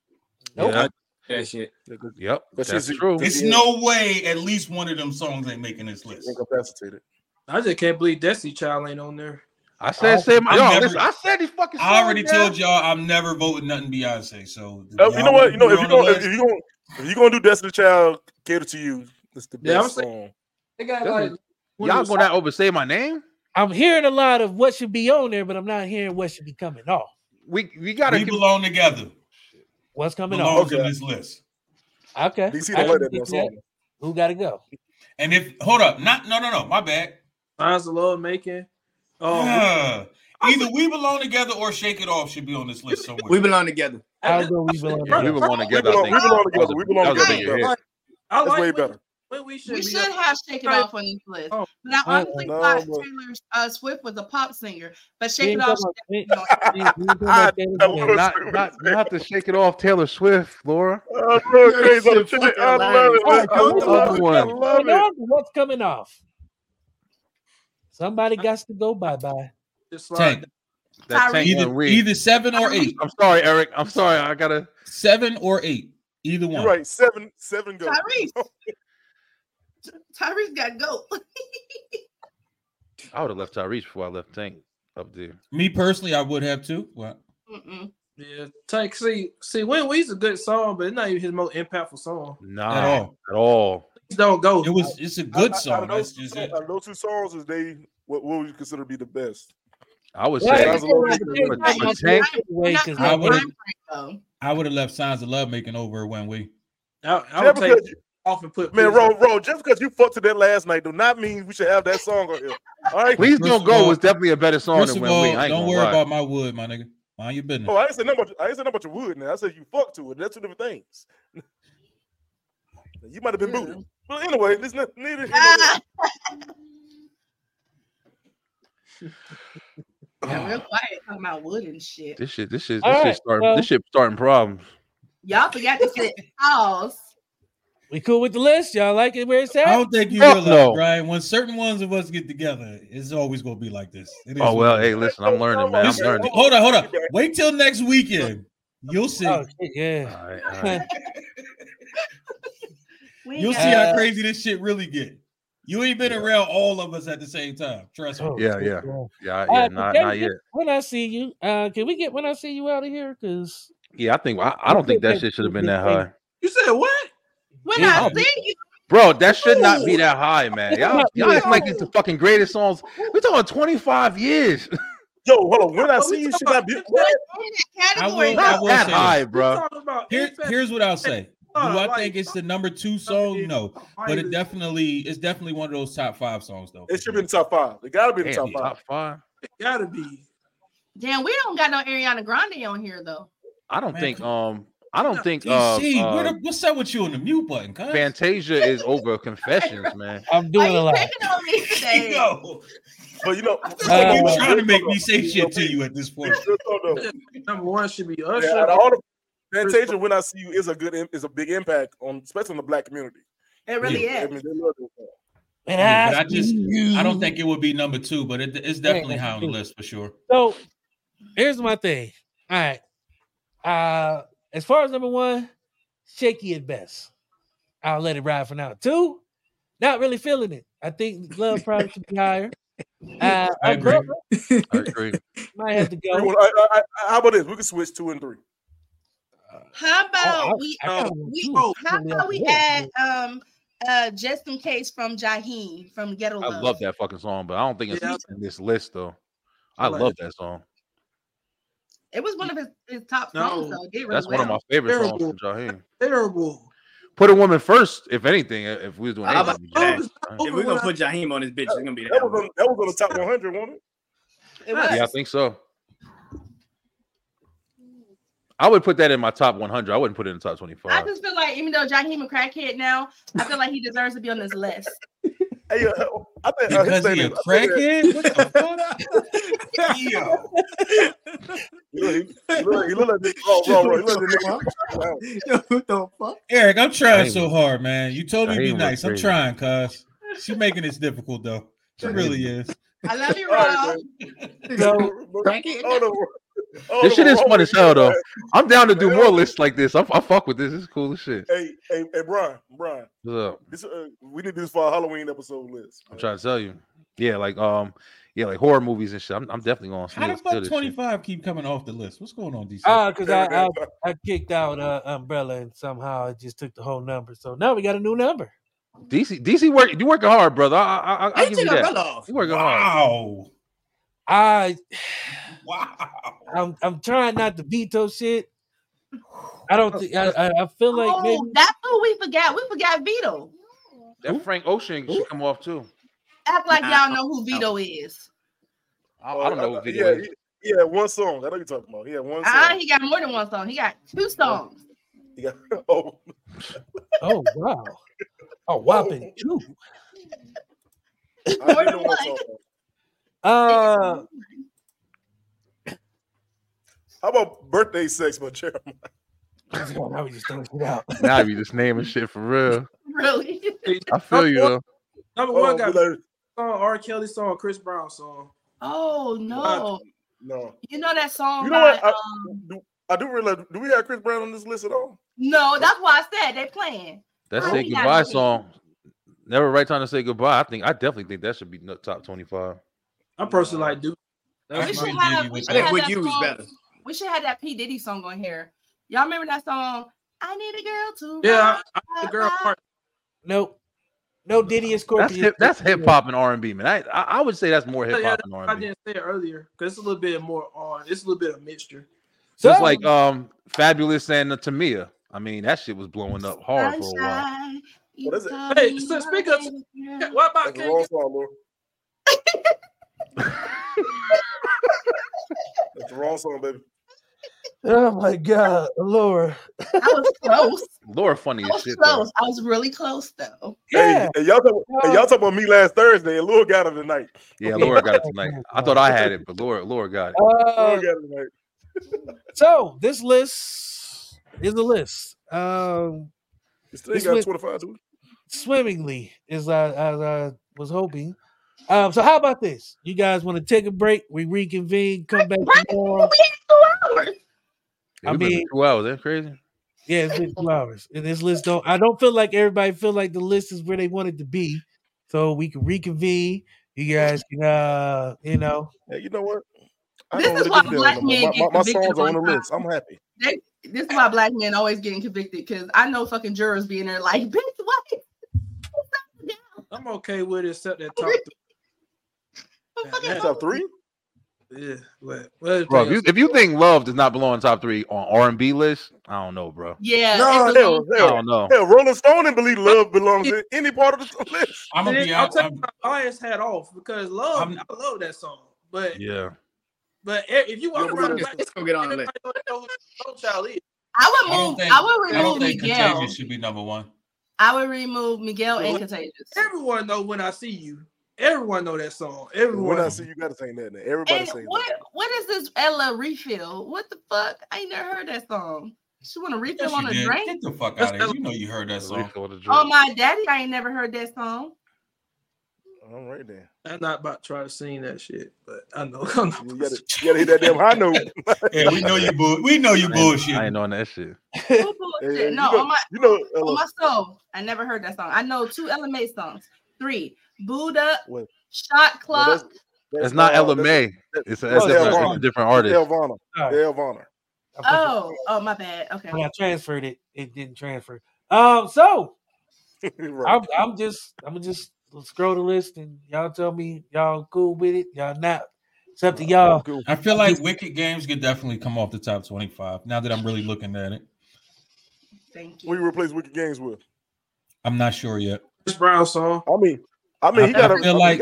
Nope.
Yeah.
That shit.
Yep,
But
that's
she's-
true.
It's
Yeah.
no way at least one of them songs ain't making this list.
Incapacitated.
I just can't believe Destiny Child ain't on there.
I said, say my,
I'm
yo,
never-
listen, I said these fucking.
I already
songs, man.
told y'all I'm never voting nothing Beyonce. So
Uh, you know what? You know
y'all
if you
on the
going if
list?
you going if you gonna do Destiny Child, cater to you. It's the
Yeah,
best
I'm
song.
They got
That's
like
Y'all going out over say my name?
I'm hearing a lot of what should be on there, but I'm not hearing what should be coming off.
We we gotta
We belong together.
What's coming off?
Belongs in this list.
Okay.
DC
I
don't like
can
that damn
get that.
song.
Who gotta go?
And if hold up, not no no no, my bad.
Signs of love making. Oh,
Yeah. Either we belong together or shake it off should be on this list somewhere.
We belong together.
I'll go. We belong
We
together.
belong
We
together. I
belong, we
think.
belong
That was
together.
a-
We belong
that was a
together.
bigger hit.
I
That's
like
way
when-
better.
when we should.
We
be
should
up-
have Shake It
Right.
Off on this list.
Oh.
But I
Right.
honestly
No,
thought
but-
Taylor uh, Swift was a pop singer. But
We
Shake
ain't
It Off,
talking about- we ain't-
should be on-
we ain't talking about Taylor
I
Swift.
love
Not-
Not, not, not to shake it off, Taylor Swift, Laura.
Oh, bro, crazy.
Shit,
I love it. I love
fucking
it. I
hilarious.
love it. I love
Open
coming
it.
off, what's coming off? Somebody got to go bye bye.
Just
Tank.
slide.
That
Tyrese.
tank and
Either,
wig.
either seven or eight.
I'm sorry, Eric. I'm sorry. I gotta.
Seven or eight. Either
You're
one.
right. Seven, seven goes.
Tyrese. Tyrese got goat.
I would have left Tyrese before I left Tank up there.
Me personally, I would have too. Well,
Mm-mm.
Yeah, Tank. See, see, when we's a good song, but it's not even his most impactful song.
Nah,
At all.
At all.
It don't go.
it was. It's a
Out-
good
out- Out
song.
of
That's
those,
just
out
it.
of those two songs, is they what, what would you consider to be the best?
I would
Well,
say.
I
That's a little
think
bit
we're
different,
not gonna
but Tank-
take it away
We're not
'cause
gonna
I would've-
time frame, though.
I would have left Signs of Love making over when we.
I, I
Yeah,
would take
because
it off and put.
Man,
Prison.
Ro, Ro, just because you fucked to that last night, do not mean we should have that song on here. All right.
Please
First
don't
of
go
all-
was definitely a better song
First
than
of
when
all,
we. I ain't
don't
gonna
worry
lie.
about my wood, my nigga. Mind your business.
Oh, I didn't say nothing about I didn't say nothing about your wood. Now I said you fucked to it. That's two different things. you might have been booted. But anyway, this not neither. here nor there.
Ah, yeah, real quiet talking about wood and shit.
This shit. This shit. This
All
shit
right,
starting.
well-
this shit starting problems.
Y'all forgot to sit pause.
We cool with the list? Y'all like it where it's
I
Oh,
at?
don't think you
Fuck
realize,
no.
Brian. When certain ones of us get together, it's always gonna be like this. It is
Oh well.
what it
Hey, listen. I'm learning, man. I'm
is.
learning.
hold on, hold on. Wait till next weekend. You'll see.
Oh shit, yeah.
All right, all right.
We ain't
You'll
got
see how
Uh,
crazy this shit really get. You ain't been
Yeah.
around all of us at the same time. Trust me.
Oh,
Yeah,
shit,
yeah. Yeah,
All
yeah.
right,
Not,
can
not
we
yet.
get- When I see you, uh, can we get when I see you out of here? Because
Yeah, I think. I, I don't think that shit should have been that high,
You said what?
When
Yeah,
I
I'll-
see you,
bro. That should not be that high, man. Y'all, y'all act like it's the fucking greatest songs. We're talking 25 years.
Yo, hold on. When I
Oh,
see you, should I be?
what in that
I
category?
will- I
though?
Not
will
that
say
high,
this.
You
bro.
talking about
Here,
impact-
here's what I'll say. Do
uh,
I
like, uh,
think it's the number two song? No, but it definitely it's definitely one of those top five songs though.
It should be in the top five. It gotta be in the
Damn,
top five.
top five.
gotta be.
Damn, we don't got no Ariana Grande on here though.
I don't
Man,
think.
come-
Um, I don't think. Uh,
DC, where
uh,
the, what's up with you on the mute button, cuz?
Fantasia is over Confessions, man.
I'm
Why
doing a
you
lot.
picking on me today?
Yo,
But you know,
Uh,
you trying to make me say shit to you at this point.
Number one should be Usher.
Yeah, out of all the Fantasia, when I see you, is a good im- is a big impact on, especially on the black community.
It really
I
is.
mean, they love this song.
When
Yeah, but I
see
just-
you.
I don't think it would be number two, but it, it's definitely
Yeah,
high on the
two.
list for sure.
So here's my thing. All right. Uh as far as number one, shaky at best. I'll let it ride for now. Two, not really feeling it. I think love probably should be higher. Uh,
I agree.
Umbrella
I agree.
Might have to
Three,
go.
one- I- I- I- how about this? We can switch two and three.
Oh,
How
I-
about we
I
uh,
kinda want
we
two.
how
Really
about
like
we
this.
add um uh just in case from Jaheen from Ghetto
I
Love.
love that fucking song, but I don't think it's
Yeah.
in this list though. I
Like-
love that song.
It was one of his, his top songs
No,
though. It did really
That's one of my
well.
favorite
Terrible.
songs from Jaheim.
Terrible.
Put a woman first, if anything. If we was doing
I'm
anything,
about-
it'd be Jaheim.
If we're gonna put Jaheim on this bitch, it's gonna be
That was
that.
on, that was on the top 100, wasn't it?
It was.
yeah, I think so. I would put that in my top 100. I wouldn't put it in the
I
top 25.
just feel like even though Jaheen a crackhead now, I feel like he deserves to be on this list.
Hey, uh, I think uh, his
Because
name
he a
is I think that-
crackhead? What the fuck? Yo.
He look- he look- he look like this. Oh, bro, bro, he look like this nigga. Wow.
what the fuck?
Eric, I'm
Jaheim
trying so
was-
hard, man. You told me to be
Jaheim was
nice. I'm
crazy.
trying, cuz. She making this difficult though. She
Jaheim
really is.
I love you,
All right,
Rob.
Crackhead?
Oh, no. Oh,
This
no,
shit is
Ro-
fun as hell though. I'm down to do more lists like this. I'm, I fuck with this. It's cool as shit.
Hey, hey, hey, Brian, Brian.
What's up?
This, uh, we need to do this for our Halloween episode list.
I'm trying to tell you. Yeah, like um, yeah, like horror movies and shit. I'm, I'm definitely going.
How the fuck 25 keep coming off the list? What's going on, DC?
Ah, because I, uh, I I kicked out uh, Umbrella and somehow it just took the whole number. So now we got a new number.
DC, DC work. You working hard, brother. I, I, I, I'll
Hey,
give
take
you
her
that.
brother off.
You working hard.
Wow.
I
Wow.
I'm I'm trying not to veto shit. I
Oh.
don't think I, I I feel like maybe
oh, that's what we forgot. We forgot Vito.
That Frank Ocean should come off too.
Act like
Nah,
y'all know who Vito is.
I, Oh, I don't know.
Uh,
What video
yeah,
is.
he- he had one song. I know you're talking about. He had one song.
Ah, he got more than one song. He got two songs.
He got- oh,
oh wow. Oh whopping two.
I didn't know one song.
Uh
How about birthday sex by Jeremiah?
now we just throwing shit out.
now you just naming shit for real.
Really?
I feel you though.
Number
Oh,
one got
we like,
song, R. Kelly song, Chris Brown song.
Oh no.
no.
You know that song?
You know
by,
what? I,
um,
do, I do realize. Do we have Chris Brown on this list at all?
no, that's why I said they playing.
That
I
say
think I
goodbye
did.
song. Never right time to say goodbye. I think I definitely think that should be no- top twenty five.
I personally like Duke.
That's
we
my
should have-
Diddy
we
with
should
I
that.
think
have
with
that
you was
song.
better.
We should have that P Diddy song on here. Y'all remember that song? I need a girl to
Yeah, I, I,
ride
the girl
my
part.
Nope. No Diddy and
That's
Scorpion.
hip, that's hip hop and R and B, man. I, I I would say that's more
Yeah,
hip hop and
I
R and B.
didn't say it earlier because it's a little bit more on. It's a little bit of mixture.
Just like um, Fabulous and uh, Tamia. I mean, that shit was blowing up hard for a while.
sunshine. You
What is it?
tell
Hey,
me
so
my
speak up.
baby girl.
Yeah, What about
That's the
King?
wrong song, Lord. That's the wrong song, baby.
oh my god, Lord.
I was close.
Laura, funny
I
as
was
shit. Though.
close. I was really close though.
Yeah.
Hey, hey, y'all talk, hey, y'all talk about me last Thursday, and Lord got him tonight.
Yeah,
Okay.
Laura got it tonight. I thought I had it, but Laura, Laura got it.
Uh,
Lord got him tonight.
so this list is a list. Um
We still
this
ain't got
was-
25, do we?
swimmingly as I, as I was hoping. Um, so how about this? You guys want to take a break? We reconvene, come back
Right?
tomorrow.
We had two hours.
I
I mean,
mean-
two hours. That's crazy.
Yeah, it's been two hours. And this list don't I don't feel like everybody feel like the list is where they want it to be. So we can reconvene. You guys can uh you know
Hey, you know what? I
This
don't
is
really
why
give a damn
black
no more.
men
My,
get
my, my
convicted
songs are on the
on time.
list. I'm happy.
This is why black men always getting convicted because I know fucking jurors being there like, bitch, what?
I'm okay with it except that top
I'm fucking
Yeah,
Top three?
three. Yeah, but well,
Bro, if you, if you think love does not belong in top three on R and B list, I don't know, bro.
Yeah.
No,
it
hell,
belongs-
I
hell,
don't know.
hell. Rolling Stone and believe love belongs in any part of the list.
I'm gonna be out.
taking
I'm,
my bias hat off because love.
I'm-
i love that song, but
Yeah,
but if if you want to
Yo,
talk
bro,
about,
Let's go get on the list.
everybody don't know who Soul Child is.
I
I would move.
don't
I,
think.
would
I
remove
don't think
Miguel.
Contagious should be number one.
I would remove Miguel and
What?
Contagious.
Everyone know when I see you. Everyone know that song. Everyone.
When I see you, gotta sing that. Now. Everybody
And
sing
what
that.
what is this Ella refill? What the fuck? I ain't never heard that song. She want to
Yes,
refill
you
on a
did.
drink?
Get the fuck
That's
out of here.
the-
You know you heard that song.
Refill the drink.
Oh my daddy, I ain't never heard that song.
All right then.
I'm not about to try to sing that shit, but I know. I'm not
You gotta, you gotta hit that damn high note.
Yeah, we know you bull. We know you
I ain't-
bullshit.
I ain't on that shit.
Who bought
Hey,
that?
you
no,
know-
on my
You know,
on
Ella,
my soul, I never heard that song. I know two LMA songs. Three Buddha
What?
Shot
No, that's-
Clock.
It's not
uh,
Ella May.
that's-
It's a,
that's
that's a different,
Elvana.
it's a different artist.
Elvana.
all right.
Elvana.
I forget.
oh, oh my bad. Okay.
when I transferred it, it didn't transfer. Um, so
right.
I'm, I'm just I'm just scroll the list and y'all tell me y'all cool with it, y'all not. It's up to y'all.
Cool.
I feel like Wicked Games could definitely come off the top 25. Now that I'm really looking at it,
Thank
What
you.
you replace Wicked Games with?
I'm not sure yet.
Chris Brown song.
I mean, I mean, he
I- I
got.
feel like-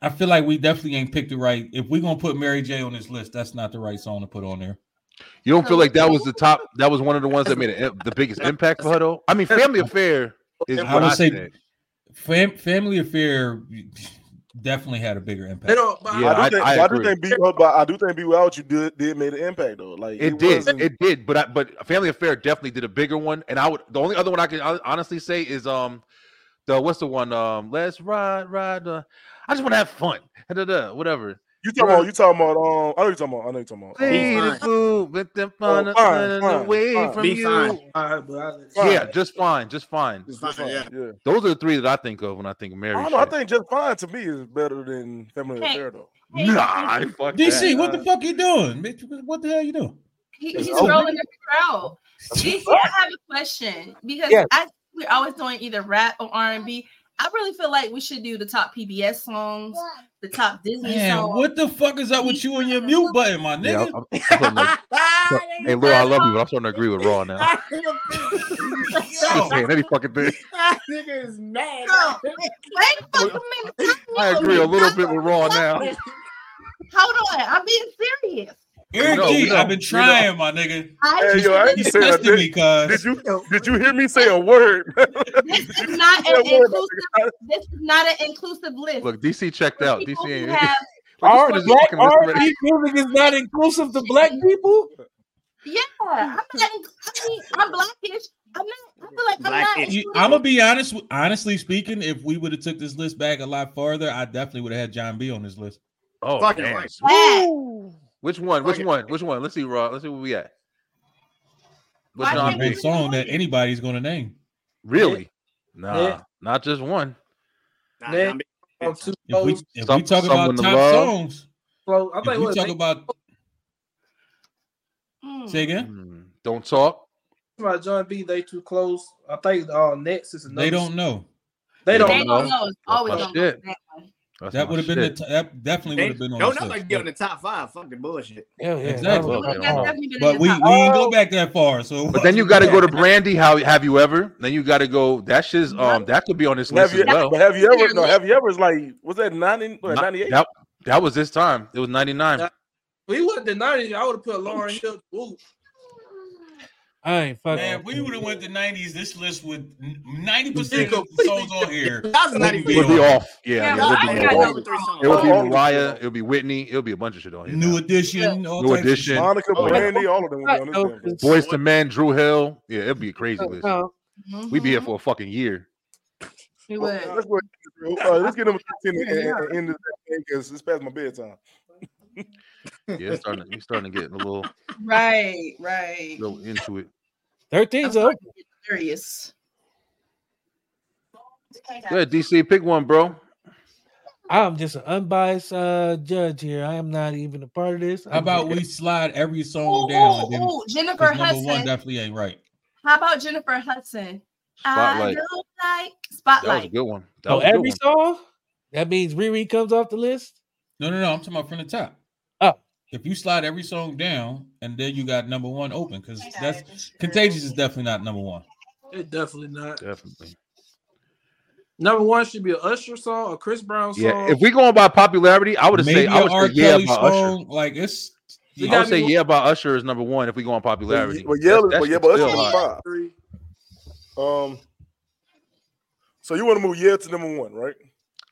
I feel like we definitely ain't picked the right. If we're gonna put Mary J on this list, that's not the right song to put on there.
You don't feel like that was the top? That was one of the ones that made a, the biggest impact for her, though. I mean, Family Affair is
I
what
would
I
say-
said.
Fam- Family Affair definitely had a bigger
They
impact.
don't. But
Yeah,
I,
I do think,
I
I, do
agree.
think, be, but I do think, be without you did, did made an impact though. Like
It, did,
wasn't-
it did, but I, but Family Affair definitely did a bigger one. And I would the only other one I can hon- honestly say is um the what's the one um Let's Ride Ride. Uh, I just want to have fun, Da-da-da, whatever.
you talking about? You talking about? Um, I know you talking about. I know you talking about. um,
Play the
fine.
fool, but the fun
fine,
fun
fine,
away
fine.
from
Be
you.
fine.
I, but I,
Yeah, just fine, just fine.
it's
Fine,
just fine,
yeah.
yeah.
Those are the three that I think of when I think of Mary.
I don't know. I
shit.
think just fine to me is better than Family
Hey.
Affair though.
Hey,
nah, fuck
DC,
that.
what the fuck you doing? Bitch, What the hell you doing?
He, he's
Oh,
rolling the crowd. DC, I have a question because
Yes.
I we're always doing either rap or R and B. I really feel like we should do the top PBS songs, the top Disney
Man,
songs.
what the fuck is up with you and your mute button, my nigga?
Yeah, I'm, I'm starting to- hey, Laura, I love you, but I'm starting to agree with Raw now. I'm saying any fucking thing.
That nigga is mad.
Girl, wait a fucking minute.
I agree a little bit with Raw now.
Hold on, I'm being serious.
Eric
No,
G,
we don't-
I've been
we
trying, my nigga.
I
Hey, yo, I
He's
ain't saying
testing
that.
me, cuz.
Did you did you hear me say a word?
this is not an
Yeah, word, my
inclusive.
nigga.
This is not an inclusive list.
Look, DC checked
For
out. DC
people who
ain't.
have-
Like, this
black
fucking list
R
already-
and music is not inclusive to black people.
yeah, I'm not. in- I mean, I'm blackish. I'm not. I feel like I'm not.
Blackish.
You,
included.
I'm gonna be honest. with- Honestly speaking, if we would have took this list back a lot farther, I definitely would have had John B on this list.
Oh
Fucking
man.
right.
Black.
Which one? Which
Fucking-
one? Which one? Let's see, Raw. Let's see where we at. What's
Not
Why
John
a
can't we
B?
big
do
song that
it?
anybody's gonna name.
Really? Nah,
Yeah.
not just one.
Nah,
Nah.
nah,
Oh,
If
two
we,
flows,
if we
Some-
talk
Someone
about
to
top
Love.
songs,
flow. I
if
think
we
what,
talk about
Mm.
say again,
Hmm. Don't talk.
about John B. They too close. I think uh, next is another.
they don't know.
They
They
don't.
They
know.
don't know. It's always
my
don't know
shit.
that one.
That's
That
my
would have been the
shit.
t- that definitely would have been on.
don't
this
nobody
list,
get on the top five. Fuck the bullshit.
Hell yeah.
Exactly.
That was-
That's
Fucking hell.
definitely been
but
in
we,
the
we
top.
ain't go back that far. So,
But then you got to go to Brandy. How have you ever? Then you got to go. That shit's um that could be on this
Have
list
you,
as well.
but have you ever? No, have you ever? Is like was that ninety or
Not-
ninety eight?
that, that was this time. It was ninety nine.
That- We would have denied it. I would have put Lauren Hill. Ooh,
I ain't fucking.
Man, if we would have went the '90s. This list with 90 percent
Completely
of the songs on here.
That was not
Wouldn't
even.
be
It would be off.
Yeah,
Yeah, yeah,
well,
it would
I
be
got
off.
number three songs.
It would be
All of them.
Mariah. It would be Whitney. It would be a bunch of shit on here.
New
now.
edition, all
Oh, New
types of
Edition.
shit.
Monica,
Oh, yeah.
Brandy, all of them would be on this
No,
damn thing.
'cause-
Boys to Men, Drew Hill. Yeah, it'd be a crazy list.
no.
We'd
Mm-hmm.
be here for a fucking year.
We
Well,
would.
let's, go ahead. Uh, let's get number 15 and, and, and end this thing because it's past my bedtime.
Yeah, it's starting. To, we starting to get a little,
Right, right.
little into it.
13's up.
Serious.
Go ahead, DC. Pick one, bro.
I'm just an unbiased uh, judge here. I am not even a part of this.
How about we slide every song
Ooh,
down? and
ooh,
then-
ooh,
'cause
Jennifer
number one
Hudson.
definitely ain't right.
How about Jennifer Hudson? I
Spotlight.
don't like
That was a
Spotlight.
good one. That
Oh,
was a good
every
one.
song? That means Riri comes off the list?
No, no, no. I'm talking about from the top.
Oh.
If you slide every song down and then you got number one open, because that's Contagious is definitely not number one.
it definitely not.
Definitely.
Number one should be an Usher song, a Chris Brown song.
Yeah, if we going by popularity, I would have
Maybe
say I
an
would
R.
say yeah
Kelly
about Usher.
song, like it's
We
I
got-
would say yeah about Usher is number one if we go on
But,
popularity.
yeah, but yeah,
That's-
but yeah,
that's
but
still
Usher's
high.
five.
three.
Um, so you want to move yeah to number one, right?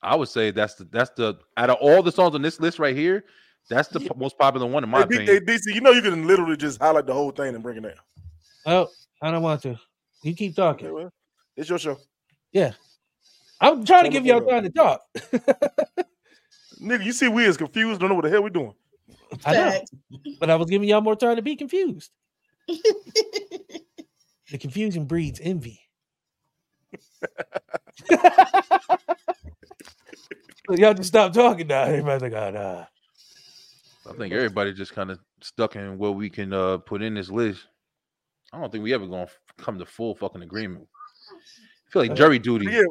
I would say that's the that's the out of all the songs on this list right here, that's the po- most popular one in my
Hey, D- hey,
opinion.
DC, you know you can literally just highlight the whole thing and bring it down.
Oh, I don't want to. You keep
Okay,
talking.
well, it's your show,
I'm trying to
Turn
give
the
y'all
phone
time to talk.
nigga. You see, we is confused. Don't know what the hell we doing.
I know, but I was giving y'all more time to be confused. The confusion breeds envy. So y'all just stop talking now. Everybody's like, oh, nah.
I think everybody just kind of stuck in what we can uh put in this list. I don't think we ever gonna f- come to full fucking agreement. I feel like jury duty.
Yeah,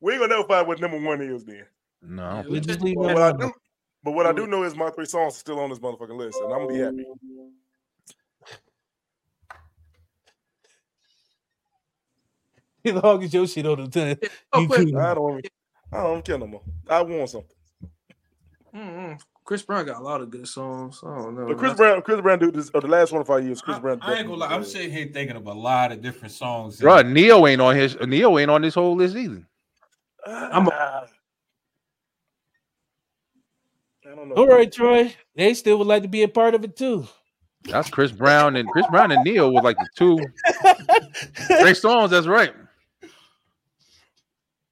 we ain't gonna never find what number one is then.
No, I don't
We
We
think-
just leave
But
that
what I
alone.
do, but what I do know is my three songs are still on this motherfucking list, and I'm gonna be happy.
As long as your shit on the ten.
Oh,
You
quick.
cool.
I don't, I don't care no more. I want something.
Mm-mm. Chris Brown got a lot of good songs. I don't know.
But Chris Brown, Chris Brown, dude, this, or the last one of our years, Chris
I,
Brown.
I ain't gonna lie. I'm
definitely-
sitting here thinking of a lot of different songs.
Bruh, Neo ain't on his Neo ain't on this whole list either.
I'm
Ah. I don't know.
All right, Troy. They still would like to be a part of it too.
That's Chris Brown and Chris Brown and Neo were like the two great songs. That's right.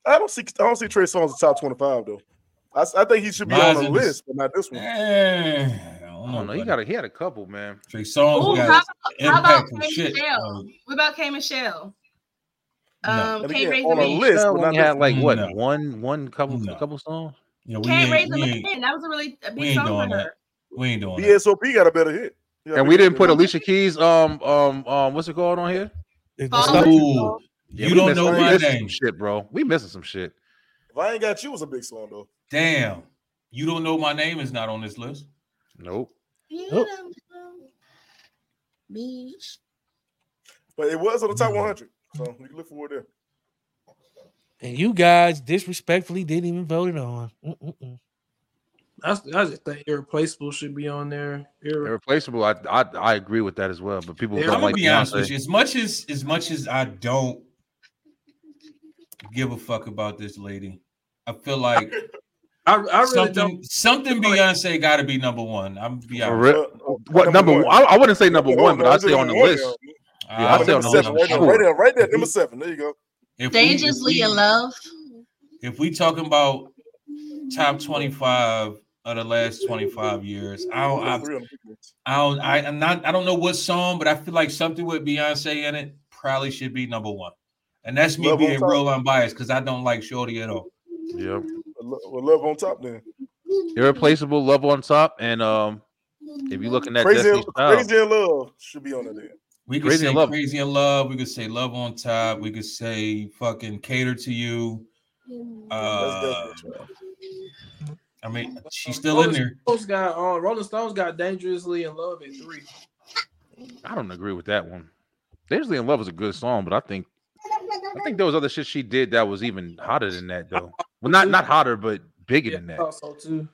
I don't see. I don't see Trey Songz in top twenty-five though. I, s- I think he should be
Mine's
on the
in this-
list, but not this one.
Eh, I don't
I
know.
don't know. He got a, he had a couple, man.
Trey songs
Ooh,
got
how about
impactful
K.
shit.
Michelle?
like,
What about K Michelle?
No.
Um,
And
can't
again,
raise
on
a
a
man.
list, but
He
not
only had
this.
like what
No.
one one couple
No.
a couple songs.
yeah, we
Can't raise
ain't,
a
we ain't,
man. That was a really a
we
big
ain't
song
doing
for
that.
her.
we ain't doing that.
BSOP got a better hit. Yeah,
And we didn't put Alicia Keys um um um what's it called on here?
It's
Fall
not-
Asleep.
Ooh,
Yeah,
You
we
don't
missing-
know
we
my
missing some
name.
shit, bro. We missing some shit.
If I ain't got you was a big song though.
Damn. You don't know my name is not on this list.
Nope.
You
Nope.
don't know. Bitch.
But it was on the
Mm.
top 100. So you can look for it there.
And you guys disrespectfully didn't even vote it on. Mm-mm-mm.
That's, I just think irreplaceable should be on there. Irre-
Irreplaceable. I, I I agree with that as well. But people
Yeah,
don't
I'm gonna
like
be honest with
Beyonce.
you. As much as as much as I don't give a fuck about this lady, I feel like
I, I really
something
don't.
something Beyonce got to be number one. I'm be
For
honest.
real?
Uh, uh,
What number? one? I, I wouldn't say number
Hold
one, but
on,
I'd say
it's
on the
one
list.
now.
Yeah,
I
I'd
Oh,
say
don't
on
number
the
know,
list,
seven,
I'm
right there, right there,
sure.
right there, number seven. There you go.
If we- if
Dangerously
we-
in love.
if we talking about top 25 of the last 25 years, I
Oh,
don't, I,
Three on the big list.
I don't, I, am not, I don't know what song, but I feel like something with Beyonce in it probably should be number one. And that's me
Love on
being
top.
real unbiased because I don't like Shorty at all.
Yep.
Well, lo- well, love on top then.
Irreplaceable, love on top, and um, if you're looking at
Crazy,
Destiny's
in,
Child,
crazy in love should be on there. then.
We could
Crazy
say
in Love.
crazy in love. We could say love on top. We could say fucking cater to you.
That's
Uh,
definitely true.
I mean, she's still in there.
Rolling Stones got uh, Rolling Stones got dangerously in love at three.
I don't agree with that one. Dangerously in Love is a good song, but I think I think there was other shit she did that was even hotter than that, though. Well, not not hotter, but bigger
Yeah,
than
I
that.
thought so too.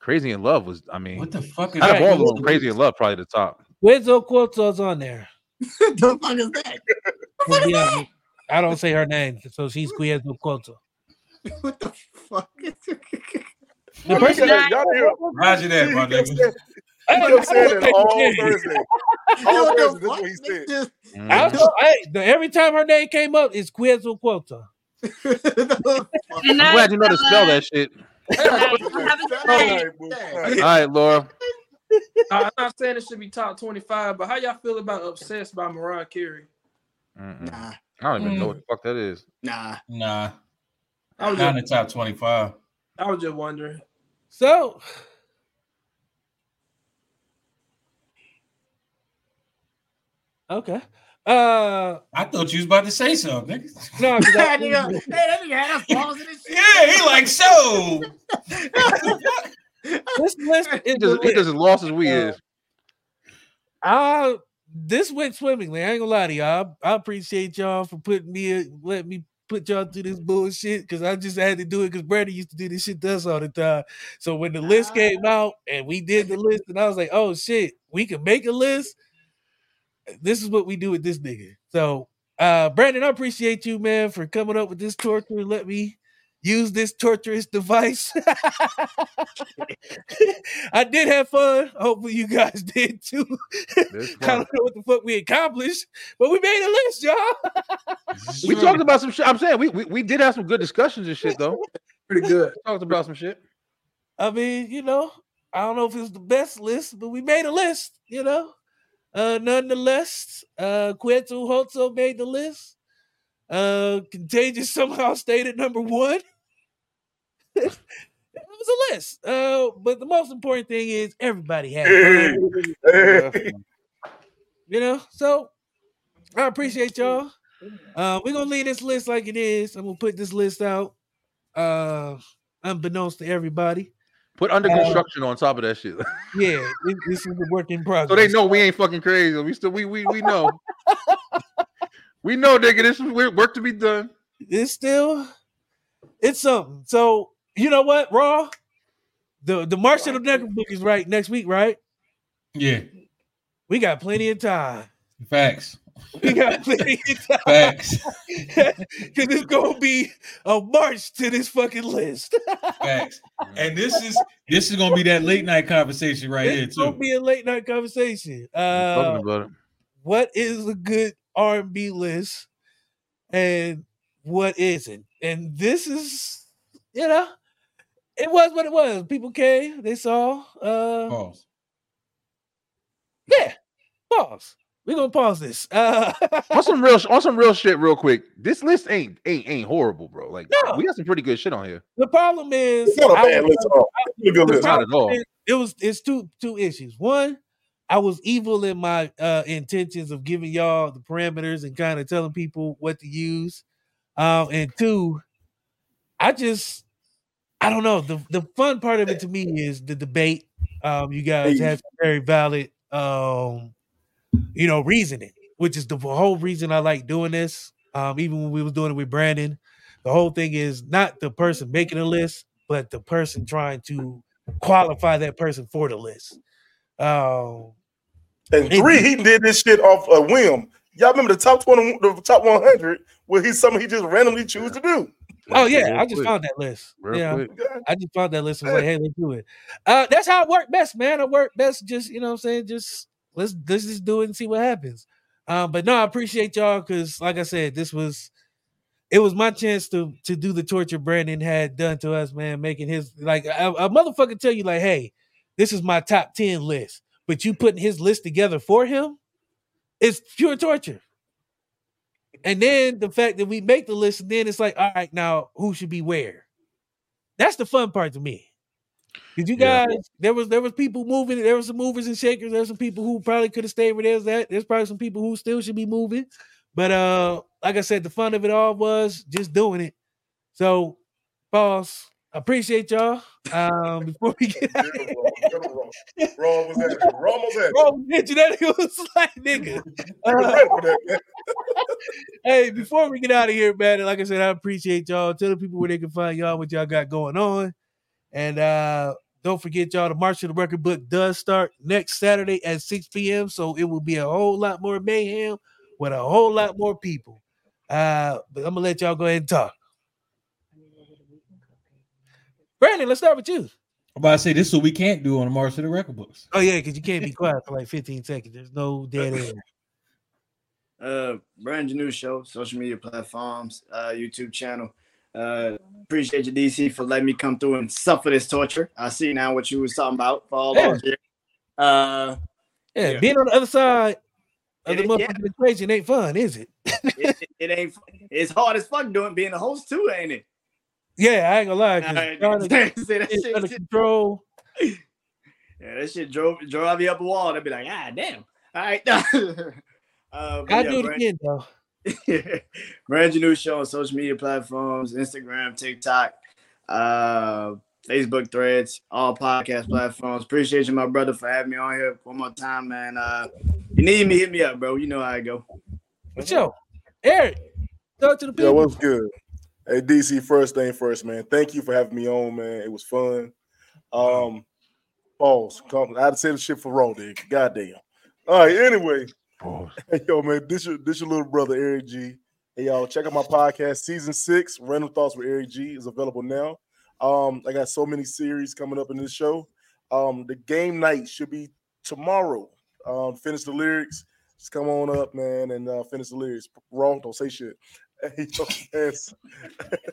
Crazy in Love was, I mean,
What the fuck is
out
that?
of all of them, Crazy in Love probably the top.
Wenzel Quoto's on there.
the fuck is that?
From Beyonce. I don't say her name, so she's Quiezo Quoto.
What the fuck? Is
The
Y'all
person
didn't hear-
Roger that, my
He kept
nigga.
saying- he kept saying that all Thursday. All Thursday, that's what he said.
This
Mm.
I know, I, the, every time her name came up, it's Quetzal Quota.
Good
I'm
night,
glad you know to
fellas.
spell that shit.
Have a good night.
Alright, boo. Alright.
All right, Laura.
I- I'm not saying it should be top twenty-five, but how y'all feel about "Obsessed" by Mariah Carey?
Mm-mm.
Nah,
I don't even know what
Mm.
the fuck that is.
nah.
Nah,
I was,
not
just,
in the top 25.
I was just wondering.
So, okay. Uh,
I thought you was about to say something. nigga.
no, 'cause
that
I,
nigga, hey, that nigga had us balls in his shit.
Yeah, he like so.
this list is
He just, he
lit.
just as lost as
Uh,
we is.
I this went swimmingly. I ain't gonna lie to y'all. I, I appreciate y'all for putting me uh, letting me put y'all through this bullshit because I just had to do it because Brady used to do this shit to us all the time. So when the list
Ah.
came out and we did the list, and I was like, oh shit, we can make a list. This is what we do with this nigga. So uh Brandon, I appreciate you, man, for coming up with this torture. Let me use this torturous device. I did have fun. Hopefully you guys did too.
This
I
one.
don't know what the fuck we accomplished, but we made a list, y'all.
We talked about some shit. I'm saying we, we we did have some good discussions and shit though.
Pretty good.
We talked about some shit.
I mean, you know, I don't know if it's the best list, but we made a list, you know. Uh nonetheless, uh Quetzal Hoto made the list. Uh Contagious somehow stayed at number one. it was a list. Uh, but the most important thing is everybody had fun.
Hey, hey.
You know, so I appreciate y'all. Uh, we're gonna leave this list like it is. I'm gonna put this list out, uh, unbeknownst to everybody.
Put under
Uh,
construction on top of that shit.
Yeah, it- this is a work in progress.
So they know we ain't fucking crazy. We still we we we know. we know, nigga. This is weird work to be done.
It's still, it's something. So you know what, Raw, the the Marshall of Necker book is right next week, right?
Yeah,
We got plenty of time.
facts,
We got plenty of time
facts,
because it's gonna be a march to this fucking list.
facts. And this is this is gonna be that late night conversation right here
it's gonna
too.
be a late night conversation.
I'm
Uh,
talking about it.
what is a good R&B list and what isn't. And this is, you know, it was what it was. People came, they saw. Uh,
Pause.
Yeah, pause. We're gonna pause this. Uh,
On some real sh- on some real shit, real quick. This list ain't ain't ain't horrible, bro. Like
No.
we got some pretty good shit on here.
the problem is,
It's not a
I
bad
was-
list at all. It's a good
the
list.
Not at all.
problem is, it was it's two two issues. One, I was evil in my uh, intentions of giving y'all the parameters and kind of telling people what to use. Um, and two, I just I don't know. The the fun part of it to me is the debate. Um, you guys have very valid um, you know, reasoning, which is the whole reason I like doing this. Um, even when we was doing it with Brandon, the whole thing is not the person making a list, but the person trying to qualify that person for the list. Um,
And three, he did this shit off a whim. Y'all remember the top twenty, the top one hundred, where he something he just randomly choose to do.
oh yeah, I just
quick.
found that list.
Real
yeah,
quick.
I just found that list and was like, hey, let's do it. Uh, that's how it worked best, man. It worked best. Just you know, what I'm saying, just let's let's just do it and see what happens. Um, but no, I appreciate y'all because, like I said, this was it was my chance to to do the torture Brandon had done to us, man. Making his like a, a motherfucker tell you like, hey, this is my top ten list, but you putting his list together for him, it's pure torture. And then the fact that we make the list, and then it's like, all right, now who should be where? That's the fun part to me. Did you
Yeah.
guys? There was there was people moving. There was some movers and shakers. There's some people who probably could have stayed where there's that. There's probably some people who still should be moving. But uh, like I said, the fun of it all was just doing it. So, boss, appreciate y'all. Um, before we get out,
Raw was that. Raw was that.
bro, did you know it was like nigga? Uh, hey, before we get out of here, man, like I said, I appreciate y'all. Tell the people where they can find y'all, what y'all got going on. And uh don't forget, y'all, the March of the Record Book does start next Saturday at 6 p.m. So it will be a whole lot more mayhem with a whole lot more people. Uh, but I'm gonna let y'all go ahead and talk. Brandon, let's start with you.
I'm about to say this is what we can't do on the March of the Record Books.
Oh, yeah, because you can't be quiet for like 15 seconds. There's no dead air.
Uh, brand new show, social media platforms, uh, YouTube channel. Uh, appreciate you, DC, for letting me come through and suffer this torture. I see now what you was talking about for all those years. Uh,
Yeah,
Yeah.
being on the other side of the
It- yeah.
motherfucking equation ain't fun, is it?
it, it ain't. It's hard as fuck doing being a host too, ain't it?
Yeah, I ain't gonna lie. 'cause trying to
Say that
get it
shit-
under control.
Yeah, that shit drove drove you up a wall. They'd be like, ah, damn. All right. uh, but
I
yeah,
do it
Brand-
again though.
Brand new show on social media platforms: Instagram, TikTok, uh, Facebook threads, all podcast platforms. Appreciate you, my brother, for having me on here one more time, man. Uh, you need me, hit me up, bro. You know how I go.
But yo, Eric, talk to the
Yeah,
people.
what's good? Hey DC, first thing first, man. Thank you for having me on, man. It was fun. Um, balls. Come, I'd say the shit for raw, dude. Goddamn. All right. Anyway,
Pause.
Hey, yo, man, this your this your little brother Eric G. Hey, y'all, check out my podcast, season six, Random Thoughts with Eric G is available now. Um, I got so many series coming up in this show. Um, the game night should be tomorrow. Um, finish the lyrics. Just come on up, man, and uh, finish the lyrics. Wrong, don't say shit. Hey, yo, yes.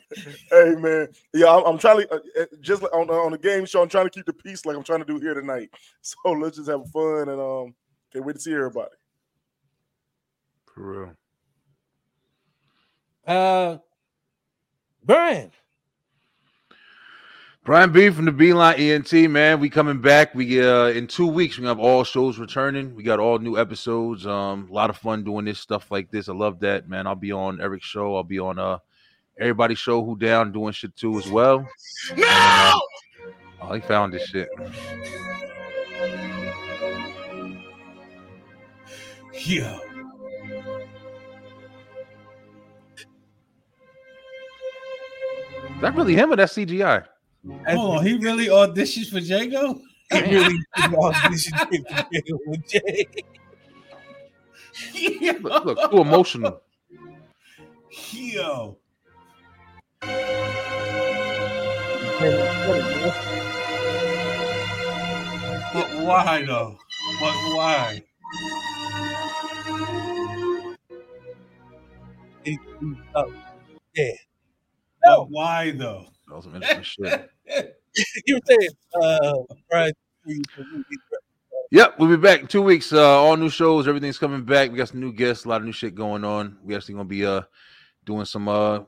hey man, yeah, I'm, I'm trying to uh, uh, just like on, on the game show. I'm trying to keep the peace, like I'm trying to do here tonight. So let's just have fun, and um, can't wait to see everybody.
For real.
Uh Brian.
Brian B from the Beeline ENT, man. We coming back. We uh in two weeks we have all shows returning. We got all new episodes. Um, a lot of fun doing this stuff like this. I love that, man. I'll be on Eric's show. I'll be on uh everybody's show who down doing shit too as well. No! Oh, he found this shit.
Yeah.
Is that really him or that CGI?
Oh,
Hold on, he really auditions for Jago?
Really, Jay.
Look, look too emotional.
Yo. But why though? But why?
No.
oh, But why though?
That was some interesting shit.
you were saying uh Brian. you-
Yep, we'll be back in two weeks. Uh, all new shows, everything's coming back. We got some new guests, a lot of new shit going on. We actually gonna be uh doing some uh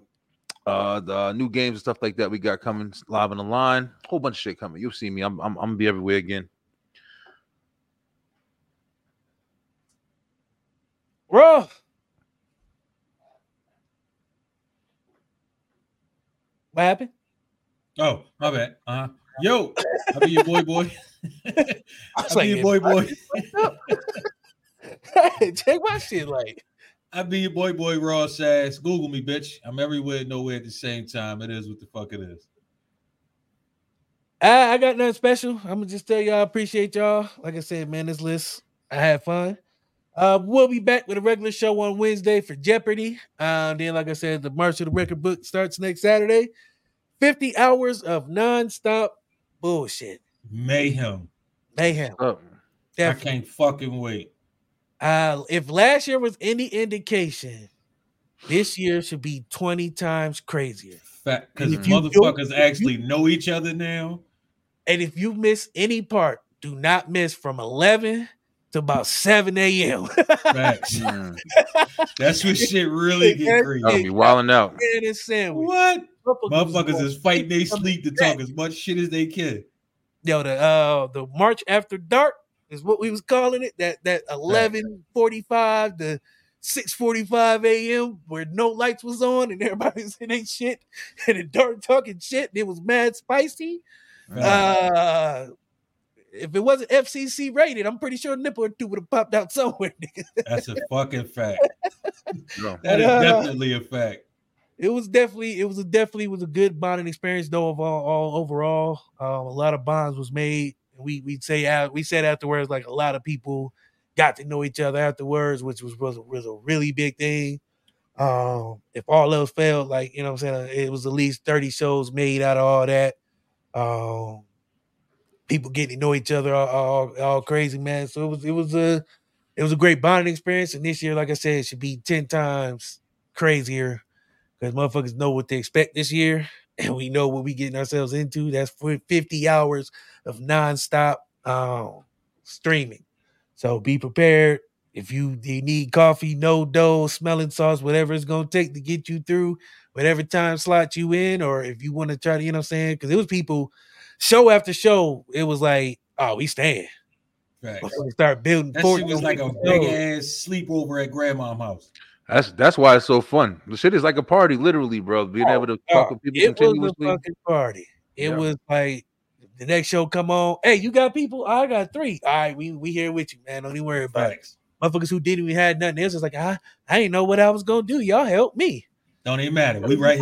uh the new games and stuff like that. We got coming live on the line. Whole bunch of shit coming. You'll see me. I'm I'm, I'm gonna be everywhere again.
Bro. What happened?
Oh, my bad. Uh-huh. Yo, I'll be your boy, boy.
I
I'll be your boy, boy.
hey, check my shit. Like,
I be your boy, boy raw sass. Google me, bitch. I'm everywhere, nowhere at the same time. It is what the fuck it is.
I, I got nothing special. I'm gonna just tell y'all, I appreciate y'all. Like I said, man, this list, I had fun. Uh, we'll be back with a regular show on Wednesday for Jeopardy. Uh, then, like I said, the March of the Record book starts next Saturday. 50 hours of nonstop bullshit.
Mayhem.
Mayhem.
Up.
Definitely.
I can't fucking wait.
Uh, if last year was any indication, this year should be 20 times crazier.
Because
If you don't-
motherfuckers actually know each other now.
And if you miss any part, do not miss from 11 to about 7 a.m.
Facts.
Mm,
That's when shit really get crazy.
I'll be wilding out.
Man, it's sandwich.
What?
Couple
Motherfuckers
dudes-
is fighting they sleep to talk as much shit as they can.
Yo, the uh the March after dark is what we was calling it. That that 11:45 to 6:45 a.m. where no lights was on and everybody's in their shit and the dark talking shit. It was mad spicy. Uh, if it wasn't FCC rated, I'm pretty sure a nipple or two would have popped out somewhere. nigga.
That's a fucking fact.
No.
That is
Uh,
definitely a fact.
It was definitely, it was a definitely was a good bonding experience though. Of all, all overall, um, a lot of bonds was made. We we say out, we said afterwards like a lot of people got to know each other afterwards, which was was, a- was a really big thing. Um, if all else failed, like you know, what I'm saying it was at least 30 shows made out of all that. Um, people getting to know each other, all, all, all crazy man. So it was it was a it was a great bonding experience, and this year, like I said, it should be 10 times crazier because motherfuckers know what they expect this year, and we know what we getting ourselves into. That's for 50 hours of nonstop um, streaming. So be prepared. If you, you need coffee, no dough, smelling sauce, whatever it's gonna take to get you through whatever time slot you in, or if you want to try to, you know what I'm saying? Because it was people show after show, it was like, oh, we staying.
Facts.
Before we start building.
That
forts
shit
on
was like a
people's
big
roads.
ass sleepover at grandma's house.
That's that's why it's so fun. The shit is like a party, literally, bro. Being able to
Oh,
talk with people
it was a
continuously.
fucking party. It
Yeah.
was like the next show come on. Hey, you got people? I got three. All right, we we here with you, man. Don't even worry about it.
Facts.
Motherfuckers who didn't even had nothing else. It's like I I didn't know what I was gonna do. Y'all help me.
Don't even matter. We right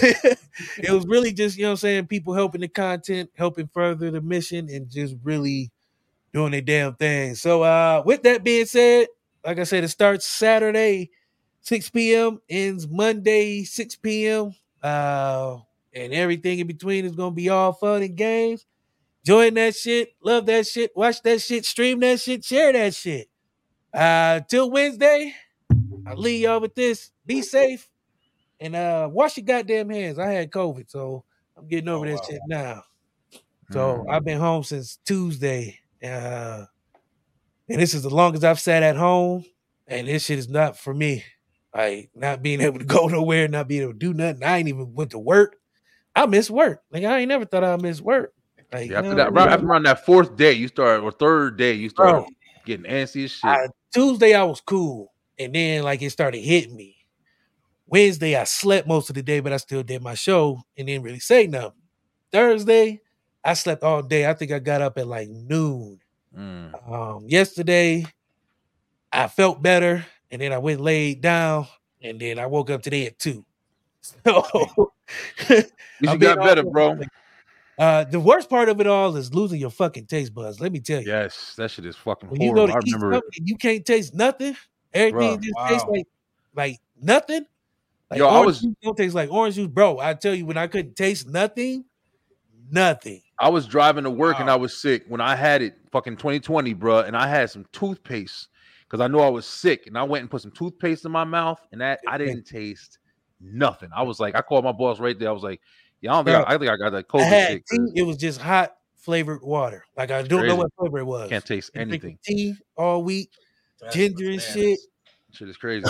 here.
it was really just you know what I'm saying people helping the content, helping further the mission, and just really doing their damn thing. So uh with that being said, like I said, it starts Saturday, 6 p.m. ends Monday, 6 p.m. Uh and everything in between is gonna be all fun and games. Join that shit, love that shit, watch that shit, stream that shit, share that shit. Uh till Wednesday, I leave y'all with this. Be safe and uh wash your goddamn hands. I had COVID, so I'm getting over
Oh,
this
wow.
shit now. So
Mm.
I've been home since Tuesday. Uh, and this is the longest I've sat at home. And this shit is not for me. Like not being able to go nowhere, not being able to do nothing. I ain't even went to work. I miss work. Like I ain't never thought I miss work. Like
Yeah, after
no,
that,
no.
around, after around that fourth day, you start or third day, you start
Bro.
getting antsy as shit.
I- Tuesday I was cool, and then like it started hitting me. Wednesday I slept most of the day, but I still did my show and didn't really say nothing. Thursday I slept all day. I think I got up at like noon.
Mm.
Um, yesterday I felt better, and then I went laid down, and then I woke up today at two. So
At least
I've
you
been
got better,
all-
bro.
uh, the worst part of it all is losing your fucking taste buds. Let me tell you.
Yes, that shit is fucking
When you go
horrible.
to
I
eat
remember
something
it.
and you can't taste nothing, everything
Bruh,
just tastes
wow.
like like nothing. Like
Yo, I
orange
was-
juice don't taste like orange juice, bro. I tell you, when I couldn't taste nothing, nothing.
I was driving to work and
Wow.
I was sick when I had it fucking 2020, bro. And I had some toothpaste because I knew I was sick. And I went and put some toothpaste in my mouth and that I didn't taste nothing. I was like, I called my boss right there. I was like, Yeah, I don't think I, I think I got that
I
COVID
had
shit.
tea, it was just hot flavored water. Like I don't know
Crazy.
what flavor it was.
Can't taste
Been
anything.
drinking Tea all week, ginger and shit.
Shit is crazy.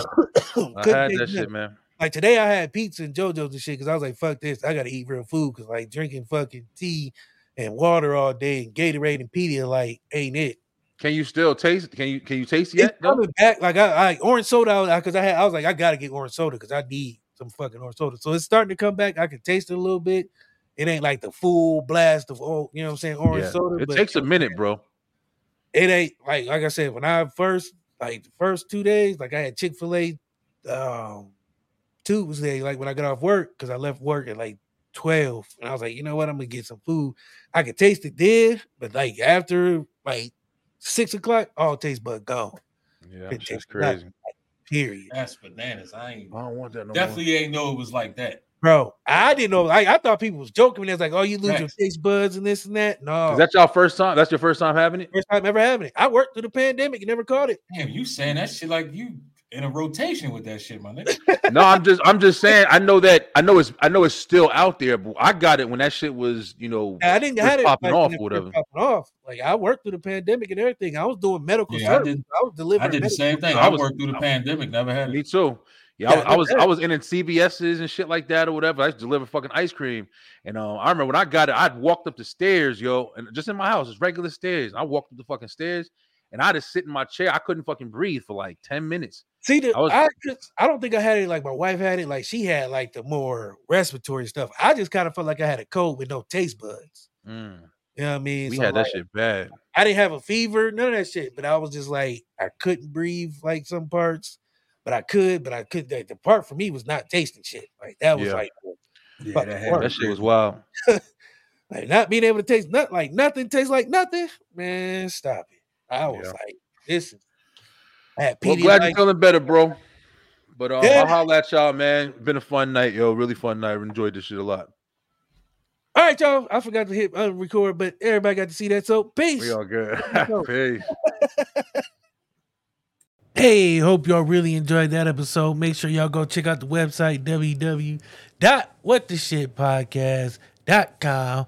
Couldn't
I had
taste
that
nothing.
shit, man.
Like today, I had pizza and JoJo's and shit because I was like, "Fuck this! I gotta eat real food." Because like drinking fucking tea and water all day and Gatorade and Pedia like ain't it.
Can you still taste? Can you can you taste it
Yeah,
yet? No?
coming back. Like I, I orange soda because I, had I was like I gotta get orange soda because I need some fucking orange soda. So it's starting to come back. I can taste it a little bit. It ain't like the full blast of oh, you know what I'm saying, orange
Yeah.
soda.
It
but
takes a minute, bro.
it ain't like like I said when I first like the first two days like I had Chick Fil A um, Tuesday like when I got off work because I left work at like twelve and I was like you know what I'm gonna get some food I could taste it then but like after like six o'clock all taste but gone
Yeah,
It
it's
takes
just
a lot.
crazy.
period
That's bananas. I ain't
I don't want that no
definitely ain't know it was like that.
bro I didn't know like I thought people was joking when they was like oh you lose your
Facts.
taste buds and this and that
more.
no
Is that y'all first time? That's your first time having it?
first time ever having it I worked through the pandemic and never caught it
Damn, you saying that shit like you in a rotation with that shit, my nigga.
No, I'm just I'm just saying. I know that I know it's I know it's still out there, but I got it when that shit was you know
I didn't
Just
have it
popping
like,
off
when it
or
first
whatever.
Popping off. Like I worked through the pandemic and everything. I was doing medical
Yeah, I
service.
did-
I, was
I
delivering.
did the
medical.
same thing.
I
I
was-
worked through the pandemic, never had
Me
it.
too. Yeah,
Yeah,
I, I was
yeah.
I was in in CVS's and shit like that or whatever. I used to deliver fucking ice cream, and um, I remember when I got it, I'd walked up the stairs, yo, and just in my house, it's regular stairs. I walked up the fucking stairs, and I just sit in my chair. I couldn't fucking breathe for like ten minutes.
See, the,
I
I,
was-
just, I don't think I had it like my wife had it. Like she had like the more respiratory stuff. I just kind of felt like I had a cold with no taste buds.
Mm,
You know what I mean?
we
So,
had that
like,
shit bad.
I didn't have a fever, none of that shit. But I was just like I couldn't breathe like some parts, but I could. But I could. Like, the part for me was not tasting shit. Like that was
Yeah.
like
Yeah,
Fucking
that
work.
had
That shit was wild.
Like not being able to taste nothing, like nothing tastes like nothing. Man, stop it. I was
Yeah.
like, this is. I had
Well,
PD
glad you're feeling better, bro. But um,
Yeah.
I'll holler at y'all, man. Been a fun night, yo. Really fun night. Enjoyed this shit a lot.
All right, y'all. I forgot to hit uh, record, but everybody got to see that. So peace.
We all good.
go.
Peace.
Hey, hope y'all really enjoyed that episode. Make sure y'all go check out the website www.whattheshitpodcast.com.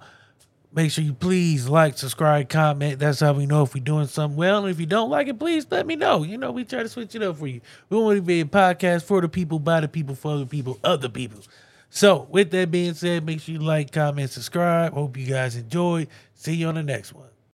Make sure you please like, subscribe, comment. That's how we know if we're doing something well. And if you don't like it, please let me know. You know, we try to switch it up for you. We want to be a podcast for the people, by the people, for the people, other people. So, with that being said, make sure you like, comment, subscribe. Hope you guys enjoyed. See you on the next one.